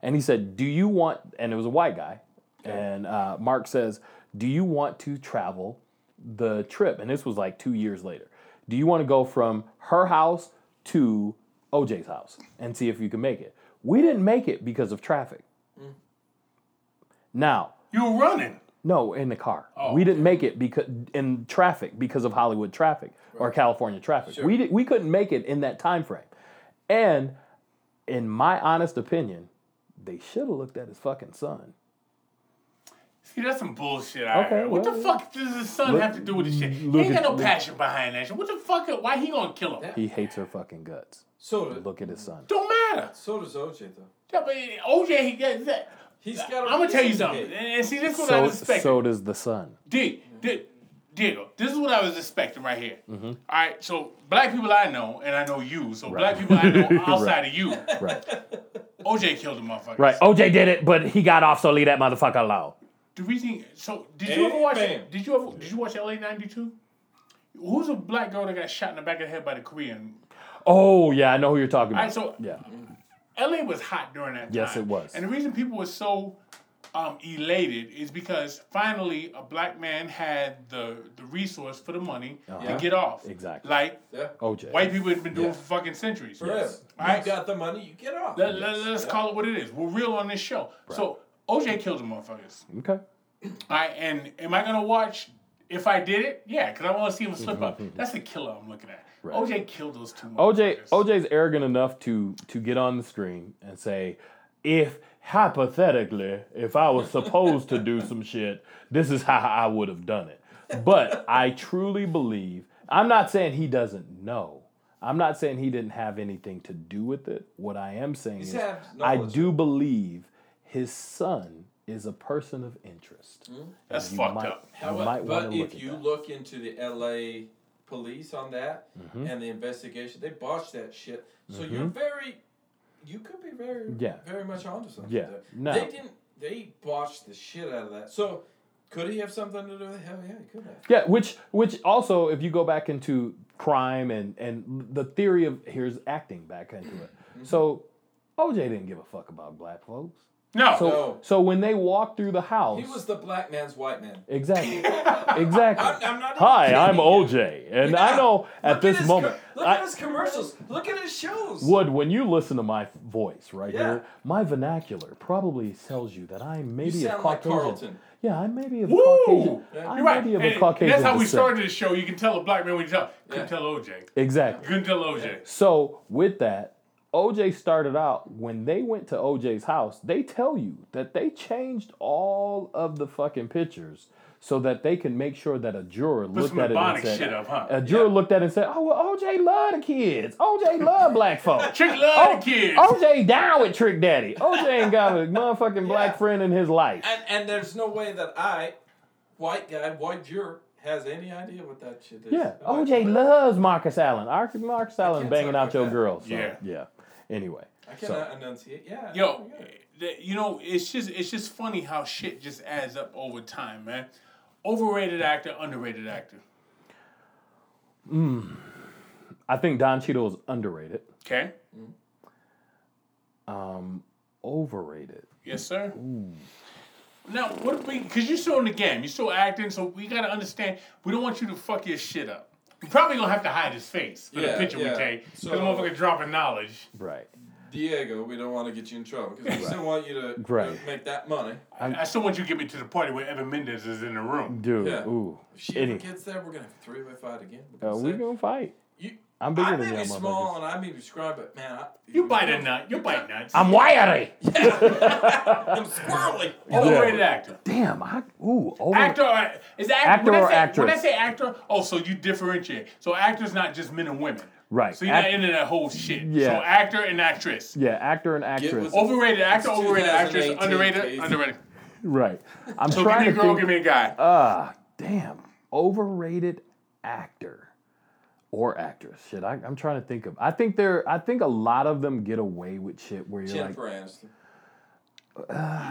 And he said, "Do you want?" And it was a white guy. And uh, Mark says, "Do you want to travel the trip?" And this was like two years later. Do you want to go from her house to OJ's house and see if you can make it? We didn't make it because of traffic. Now,
You were running.
no, in the car.
Oh,
we didn't make it because in traffic because of Hollywood traffic or California traffic. We did, we couldn't make it in that time frame. And in my honest opinion, they should have looked at his fucking son.
See, that's some bullshit. I
Okay,
heard. What
well,
the fuck does his son have to do with this shit? He
look
ain't got
at-
no
look-
passion behind that shit. What the fuck? Why he gonna kill him?
He hates her fucking guts.
So, did,
Look at his son.
Don't matter.
so does OJ, though.
Yeah, but OJ, he gets that.
He's got
I'm gonna tell you
reason to
something. And
hate.
and see, this is what I
So
was expecting.
so does the son.
Dig, dig, Diego, this is what I was expecting right here.
Mm-hmm.
All right, so black people I know, and I know you, so black people I know outside of you,
Right.
OJ killed the motherfucker.
Right. OJ did it, but he got off, so leave that motherfucker alone.
The reason. So did you ever watch?
Anything.
Did you ever? Did you watch LA '92? Who's a black girl that got shot in the back of the head by the Korean?
Oh yeah, I know who you're talking about.
Alright, so-
yeah.
LA was hot during that time.
Yes, it was.
And the reason people were so um, elated is because finally a black man had the the resource for the money to
Yeah.
get off.
Uh-huh. Exactly.
Like
Yeah.
OJ.
white people had been doing for fucking centuries.
Forever.
All right.
You got the money, you get off.
Let, us call it what it is. We're real on this show. So OJ killed the motherfuckers.
Okay.
All right, and am I gonna watch if I did it? Yeah, because I want to see him slip up.
Mm-hmm.
That's the killer I'm looking at. OJ killed those two.
OJ
motherfuckers.
OJ's arrogant enough to to get on the screen and say, if hypothetically, if I was supposed to do some shit, this is how I would have done it. But I truly believe I'm not saying he doesn't know. I'm not saying he didn't have anything to do with it. What I am saying is
had
I
knowledge.
do believe his son is a person of interest.
that's
You
fucked
might-
up.
you
But-
might
Mm-hmm. but
want to look
if
at
you
that.
look into the LA police on that
Mm-hmm.
and the investigation, they botched that shit. So you're very, you could be very,
Yeah.
very much onto something.
Yeah.
there.
No.
They didn't, they botched the shit out of that. So could he have something to do with it? Hell yeah, he could have.
Yeah, which which also, if you go back into crime and and the theory of here's acting back into it.
Mm-hmm.
So OJ didn't give a fuck about black folks.
No,
So
No.
so when they walked through the house,
He was the black man's white man.
exactly
I'm,
exactly.
I'm not even
Hi, I'm
kidding you.
OJ, and I know
Look
at this
his
moment.
co- look
I-
at his commercials. Look at his shows.
Wood, when you listen to my voice right
Yeah.
here, my vernacular probably tells you that I may
You
be a
sound like
Caucasian.
Carlton.
yeah, I may be of a
woo.
Caucasian.
You're
I may
right.
be of
And
a Caucasian.
that's how we
descent.
started the show. You can tell a black man when you tell. Couldn't
Yeah.
tell OJ.
Exactly.
Couldn't tell OJ.
So with that, OJ started out when they went to OJ's house, they tell you that they changed all of the fucking pictures so that they can make sure that a juror
Put
looked
some
at it and
ebonic
said,
shit up, huh?
a juror looked at it and said, "Oh well, OJ love the kids. OJ love black folks.
Trick
oh.
love the kids.
OJ down with Trick Daddy. OJ ain't got a motherfucking black
Yeah.
friend in his life.
And and there's no way that I, white guy, white juror, has any idea what that shit is.
Yeah,
I'm like,
OJ
what?
loves Marcus Allen. Ar- Marcus Allen
can't
banging
talk
out your
about that.
girl. So, yeah,
Yeah.
yeah. Anyway,
I
so-
cannot enunciate. Yeah.
Yo,
yeah.
the- you know, it's just it's just funny how shit just adds up over time, man. Overrated actor, underrated actor.
I think Don Cheadle is underrated,
Okay.
Um, overrated.
Yes, sir. Now, what if we? Because you're still in the game, you're still acting, so we gotta understand. We don't want you to fuck your shit up. You're probably gonna have to hide his face for
Yeah,
the picture
yeah.
we take. So,
So-
the motherfucker dropping knowledge.
Right.
Diego, we don't want to get you in trouble because we still want you to to
Right.
make that money.
I still want you to get me to the party where Evan Mendez is in the room.
Dude,
Yeah.
ooh.
If she
Any,
ever gets there, we're gonna have a three-way fight again.
uh, we gonna fight.
you,
I'm bigger
I
than
may
y'all
be small and I may be scrawny, but man, I,
You bite a nut. You bite nuts.
I'm wiry.
I'm squirrely.
Overrated actor.
Damn. I, ooh. Over,
Actor or, is that
Actor
when I
or
say, When I
actress?
say actor, oh, so you differentiate. So actor's not just men and women.
Right.
So you're
Act-
not into that whole shit.
Yeah.
So actor and actress.
Yeah. Actor and actress.
with it.
Overrated actor,
It's
overrated actress,
2018
underrated,
case.
underrated.
Right. I'm
So give
trying
me a
to
girl,
think.
give me a guy.
Ah, damn. Overrated actor or actress. Shit, I, I'm trying to think of. I think they're. I think a lot of them get away with shit where you're
Jennifer
like,
Aniston.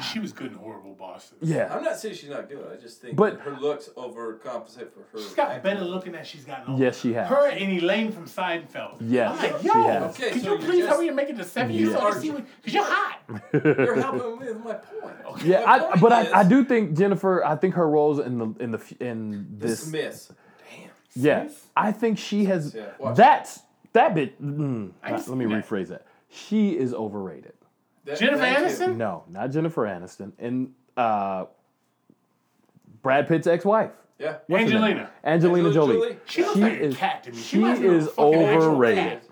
she was good in horrible bosses.
yeah,
I'm not saying she's not good. I just think
But-
her looks overcompensate for her.
She's got better looking than she's gotten older.
yes, she has.
Her and Elaine from Seinfeld.
Yes,
I'm like,
she
yo,
has.
Okay,
could
so
you
you
please
just-
hurry and make it to seven years
Yeah.
so I can see what? Because you're hot.
You're helping with my point. Okay.
yeah,
my
I, but
point
I, I
is-
do think Jennifer. I think her roles in the in the f- in
The
this.
Smiths.
Yeah, I think she has.
Yeah, watch.
That's that bit. Mm,
just-
let me rephrase that. She is overrated.
That-
Jennifer
thank you.
Aniston?
No, not Jennifer Aniston and uh, Brad Pitt's ex-wife.
Yeah.
What's her name?
Angelina.
Angelina
Angelina
Jolie.
Jolie?
She looks
She
like
is-
a cat to me.
she
reminds me of a
is
fucking actual
overrated.
cat.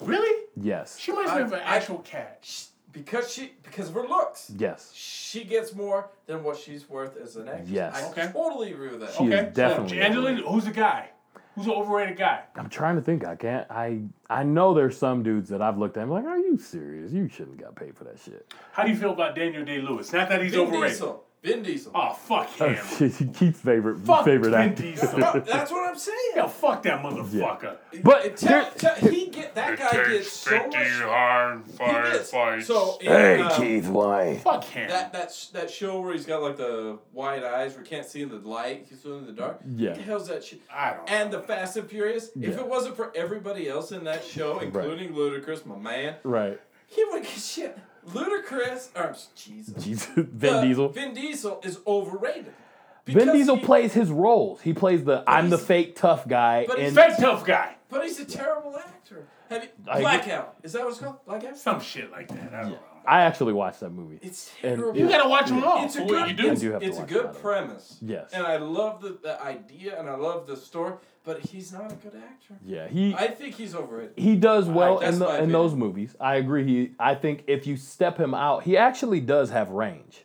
Really?
Yes.
She reminds me of an
I- I-
actual cat.
Sh- Because she, because of her looks,
yes.
she gets more than what she's worth as an actress.
Yes.
I
Okay.
totally agree with that. Oh,
She
Okay,
is definitely.
Angelina, who's the guy? Who's the overrated guy?
I'm trying to think. I can't. I I know there's some dudes that I've looked at. I'm like, are you serious? You shouldn't got paid for that shit.
How do you feel about Daniel Day Lewis? Not that he's
Vin
overrated.
Diesel. Vin Diesel.
Oh fuck him.
Keith's favorite
fuck
favorite
Vin
actor.
Diesel.
No, that's what I'm saying.
yeah, fuck that motherfucker.
But
It tell,
there-
tell, he get that guy gets so much.
hard
He gets, so in, um,
why?
fuck him.
That that sh- that show where he's got like the wide eyes, where he can't see in the light, he's still in the dark.
Yeah.
what the hell's that shit?
I don't
And the Fast and Furious. If
Yeah.
it wasn't for everybody else in that show, including Ludacris, my man,
Right.
he would get shit. Ludacris, or Jesus,
Jesus. Vin
Uh,
Diesel. Vin,
Vin Diesel is overrated. Because
Diesel
he-
plays his roles. He plays the I'm the
he's-
fake tough guy.
but he's
And
Fake tough guy.
but he's a terrible actor. Have you,
I-
Blackout? Is that what it's called? Blackout.
Some shit like that. I don't know.
I actually watched that movie.
It's
And-
terrible.
You gotta watch them all.
It's
for
a
what
good,
you
it's,
do.
do have to
it's a
watch
good
another.
premise.
Yes.
And I love the, the idea and I love the story, but he's not a good actor.
yeah. He
I think he's overrated.
he does well
that's
in, the,
my
in those
opinion.
movies. I agree. He, I think if you step him out, he actually does have range.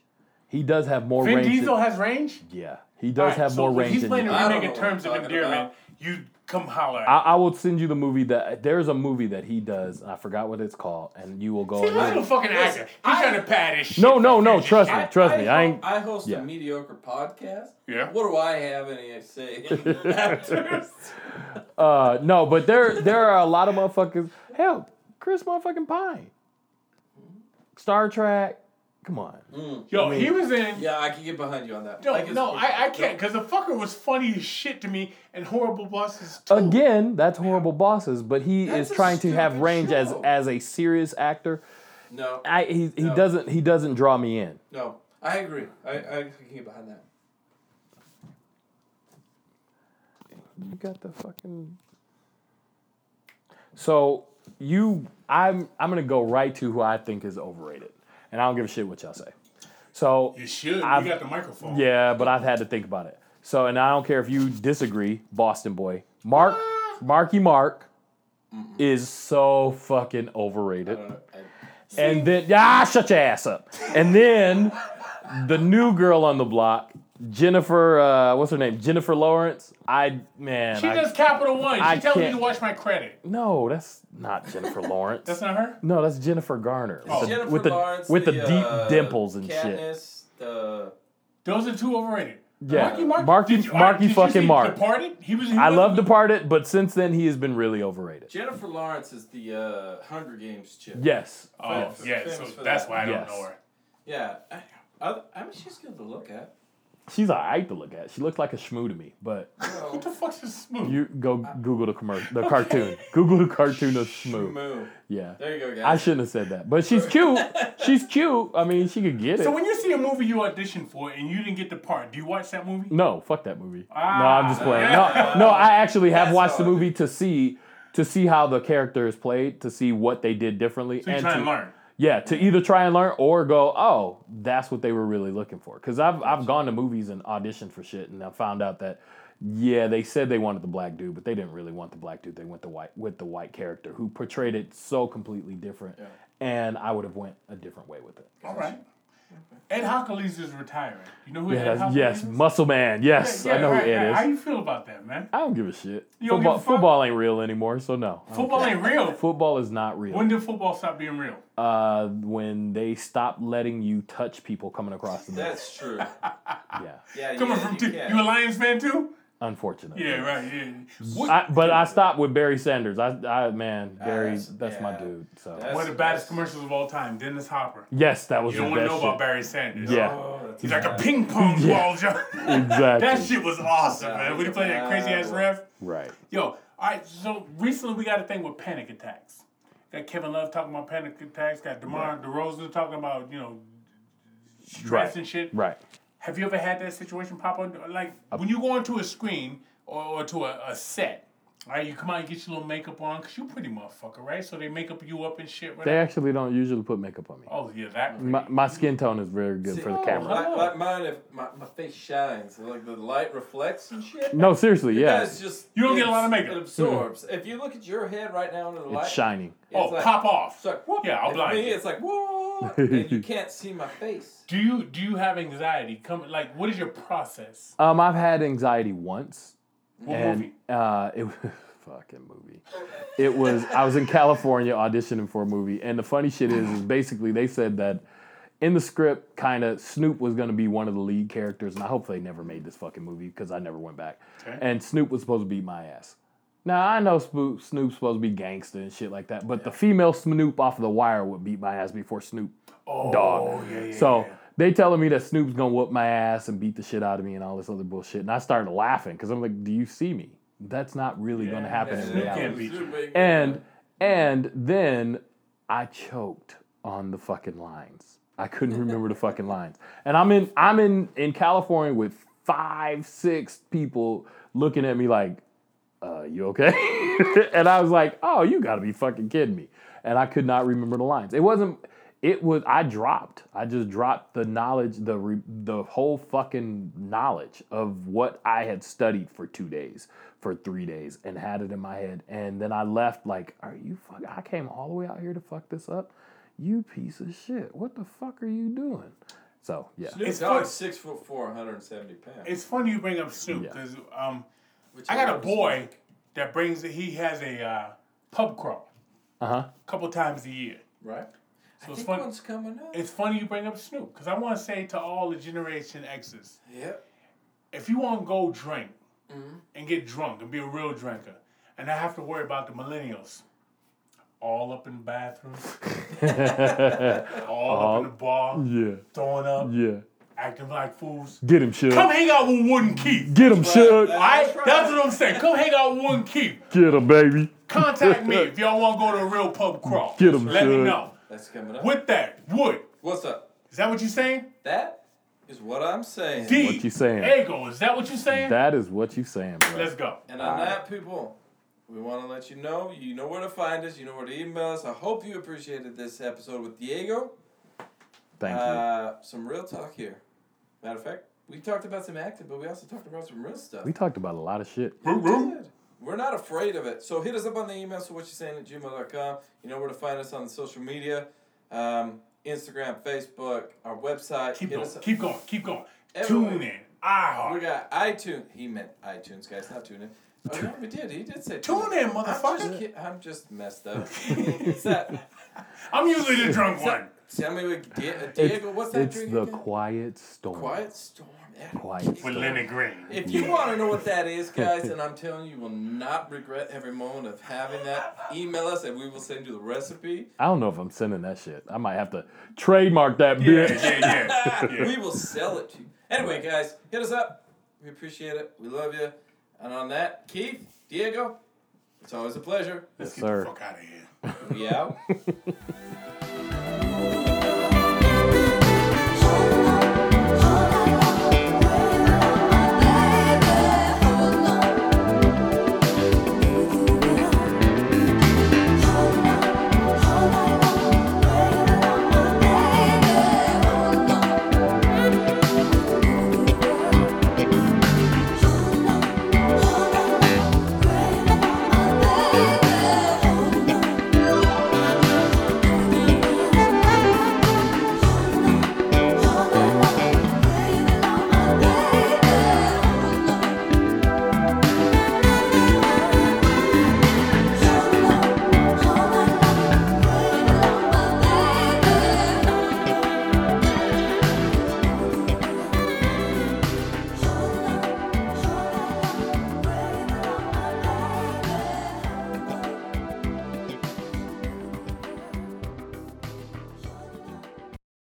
He does have more
Vin
range. than-
Diesel has range.
yeah, he does
Alright,
have
so
more
if
range.
He's
than
playing
you.
a
I don't
remake
know
in
what
terms
I'm
of
talking about.
endearment. You come holler.
I,
At
I will send you the movie that there's a movie that he does. I forgot what it's called, and you will go.
me.
and
He's a
look.
little fucking
Listen,
actor. He's
I-
trying to pad his shit.
Oh, No, no,
for
no.
future
Trust me.
shit.
Trust me. I ain't.
ho- I host
yeah.
a mediocre podcast.
Yeah.
What do I have any say in actors?
Uh, no, but there there are a lot of motherfuckers. Hell, Chris motherfucking Pine, Star Trek. Come on.
Yo, he was in.
yeah, I can get behind you on that.
No,
I can
no,
support
I, I
that.
can't because the fucker was funny as shit to me and horrible bosses too.
Again, that's horrible bosses, but he
That's
is
a
trying to have
stupid
range as
show.
as a serious actor.
No,
I he, he
No.
doesn't he doesn't draw me in.
no, I agree. I, I can get behind that.
You got the fucking. So you, I'm I'm gonna go right to who I think is overrated, and I don't give a shit what y'all say. So
You should.
I've-
you got the microphone.
yeah, but I've had to think about it.
Ah.
So and I don't care if you disagree, Boston boy, Mark, Marky Mark, is so fucking overrated.
I don't know. I-
And then ah, shut your ass up. And then the new girl on the block, Jennifer, uh, what's her name? Jennifer Lawrence. I man,
She
I-
does Capital One. She
I
tells me
can't-
to watch my credit.
no, that's not Jennifer Lawrence.
That's not her.
no, that's Jennifer Garner with the,
Oh, Jennifer
with the,
Lawrence,
with the, deep
uh,
dimples and shit.
Katniss, The
Those are two overrated.
Yeah,
Marky Mark.
Marky-
Did you-
Marky
did you
fucking
see
Mark.
Departed. He was. He
I
was-
love Departed, but since then he has been really overrated.
Jennifer Lawrence is the uh, Hunger Games chick.
Yes,
Oh
Famous-
yeah,
famous
so
for
that's
that.
why I don't
Yes.
know her.
Yeah. I, I, I mean, she's good to look at.
she's alright to look at. She looks like a shmoo to me, but
What the fuck's this smooth?
you go Google the commercial, the cartoon. Google the cartoon of shmoo.
Moo.
Yeah.
There you go, guys.
I shouldn't have said that, but she's cute. She's cute. I mean, she could get it.
So when you see a movie you auditioned for and you didn't get the part, do you watch that movie?
no, fuck that movie. no,
Ah.
I'm just playing. No, no, I actually have
That's
watched the
all I
movie to see to see how the character is played, to see what they did differently,
So you try
to
and learn.
yeah, to either try and learn or go, oh, that's what they were really looking for. Because I've I've gone to movies and auditioned for shit, and I found out that yeah, they said they wanted the black dude, but they didn't really want the black dude. They went the white with the white character who portrayed it so completely different, and I would have went a different way with it.
All right. Ed Hockley's is retiring. You know who
Yeah,
Ed
that's-
Hockley
yes,
is?
Muscle Man. Yes,
Yeah,
I know
right,
who it is.
right. How you feel about that, man?
I don't give a shit.
You don't give
Football,
a fuck?
football ain't real anymore, so no. I don't
Football
care.
ain't real.
Football is not real.
When did football stop being real?
uh, when they stop letting you touch people coming across the net.
That's true.
Yeah,
Yeah,
Coming
yeah,
from
you
two,
can.
you a Lions fan too?
unfortunately.
Yeah, right. Yeah. What,
I, but I stopped with Barry Sanders. I, I man,
Ah,
Barry,
that's-
that's, my
yeah.
dude. So
That's-
one of the baddest commercials of all time, Dennis Hopper.
yes, that was
You
the
don't want to know
best
about
shit.
Barry Sanders.
Yeah.
Oh, that's
He's like a
bad.
ping pong ball, Joe.
Exactly.
that shit was awesome,
Yeah,
man. When
he's
he
a
played
bad
that crazy ass
boy.
ref.
right.
Yo, all right. So recently we got a thing with panic attacks. Got Kevin Love talking about panic attacks. Got DeMar DeRozan talking about you know stress
Right.
and shit.
Right. Uh,
Have you ever had that situation pop up? Like when you go into a screen or, or to a, a set, all right? You come out and get your little makeup on because you pretty motherfucker, right? So they make up you up and shit. Right?
They actually don't usually put makeup on me.
oh yeah, that.
My, my skin tone is very good for the
Oh,
camera.
Like, like mine, if my, my face shines, like the light reflects and shit.
No, seriously, yeah,
That's just
You don't get a lot of
it's-
makeup.
It absorbs. If you look at your head right now under the light,
it's shining.
it's
oh,
like-
pop off.
It's like whoop.
Yeah, I'll
And
blind
me,
you.
It's like whoa, and you can't see my face.
Do you do you have anxiety? Come like what is your process?
Um, I've had anxiety once,
What
and
movie?
uh, it was fucking movie. It was I was in California auditioning for a movie, and the funny shit is, is basically they said that in the script, kind of Snoop was gonna be one of the lead characters, and I hope they never made this fucking movie because I never went back. And Snoop was supposed to beat my ass. Now I know Snoop, Snoop's supposed to be ggangster and shit like that, but the female Snoop off of the wire would beat my ass before Snoop
Oh,
dog.
yeah, yeah,
so they telling me that Snoop's gonna whoop my ass and beat the shit out of me and all this other bullshit, and I started laughing because I'm like, "Do you see me? That's not really gonna happen in
Snoop
reality."
can't
can't
beat you.
And and then I choked on the fucking lines. I couldn't remember the fucking lines, and I'm in I'm in in California with five six people looking at me like, uh, "You okay?" and I was like, "Oh, you gotta be fucking kidding me!" And I could not remember the lines. It wasn't. It was. I dropped. I just dropped the knowledge, the re, the whole fucking knowledge of what I had studied for two days, for three days, and had it in my head. And then I left like, "Are you fuck? I came all the way out here to fuck this up. You piece of shit. What the fuck are you doing?" So yeah,
It's
It's
fun.
six foot four, 170 pounds.
It's funny you bring up Snoop
Yeah.
because um,
which
I got a
love
boy
Snoop.
that brings he has a uh, pub crawl
uh huh.
a couple times a year.
right?
So
I
it's
think
funny.
one's coming up.
It's funny you bring up Snoop because I want to say to all the Generation X's,
Yep.
if you want to go drink
Mm-hmm.
and get drunk and be a real drinker, and I have to worry about the millennials, all up in the bathroom, all up in the bar,
Yeah,
throwing up,
yeah.
acting like fools.
Get him, Shug.
Come hang out with Wooden Keith.
Get him, Shug.
I,
That's right.
that's what I'm saying. Come hang out with Wooden Keith.
Get him, baby.
Contact me if y'all want to go to a real pub crawl.
Get 'em,
Let me
Shug.
know.
That's coming up.
With that, Wood,
What's up?
is that what you saying?
That is what I'm saying.
D.
What you saying?
Ego, is that what you saying?
That is what you saying, bro.
Let's go.
And on that, people, we want to let you know you know where to find us, you know where to email us. I hope you appreciated this episode with Diego.
Thank you.
Uh, some real talk here. Matter of fact, we talked about some acting, but we also talked about some real stuff.
we talked about a lot of shit.
We did. We're not afraid of it. So hit us up on the email, so what you saying at gmail.com. You know where to find us on social media um, Instagram, Facebook, our website.
Keep
hit
going,
us up.
keep going, keep going.
Everywhere.
Tune in. iHeart.
We got iTunes. He meant iTunes, guys, not tune in. Oh, no, we did. He did say
Tune in,
I'm just,
motherfucker.
kid- I'm just messed up. What's that?
I'm usually the drunk one.
Tell me what Di- uh, Diego. What's that
it's
drink
the
again?
quiet storm.
Quiet storm. Yeah.
Quiet
With
storm.
Lenny Green.
If you want to know what that is, guys, and I'm telling you, you will not regret every moment of having that. Email us and we will send you the recipe.
I don't know if I'm sending that shit. I might have to trademark that
Yeah,
bitch.
yeah, yeah. yeah.
we will sell it to you. Anyway, guys, hit us up. We appreciate it. We love you. And on that, Keith, Diego, it's always a pleasure.
Let's
Yes,
get
sir.
the fuck out of here.
We out.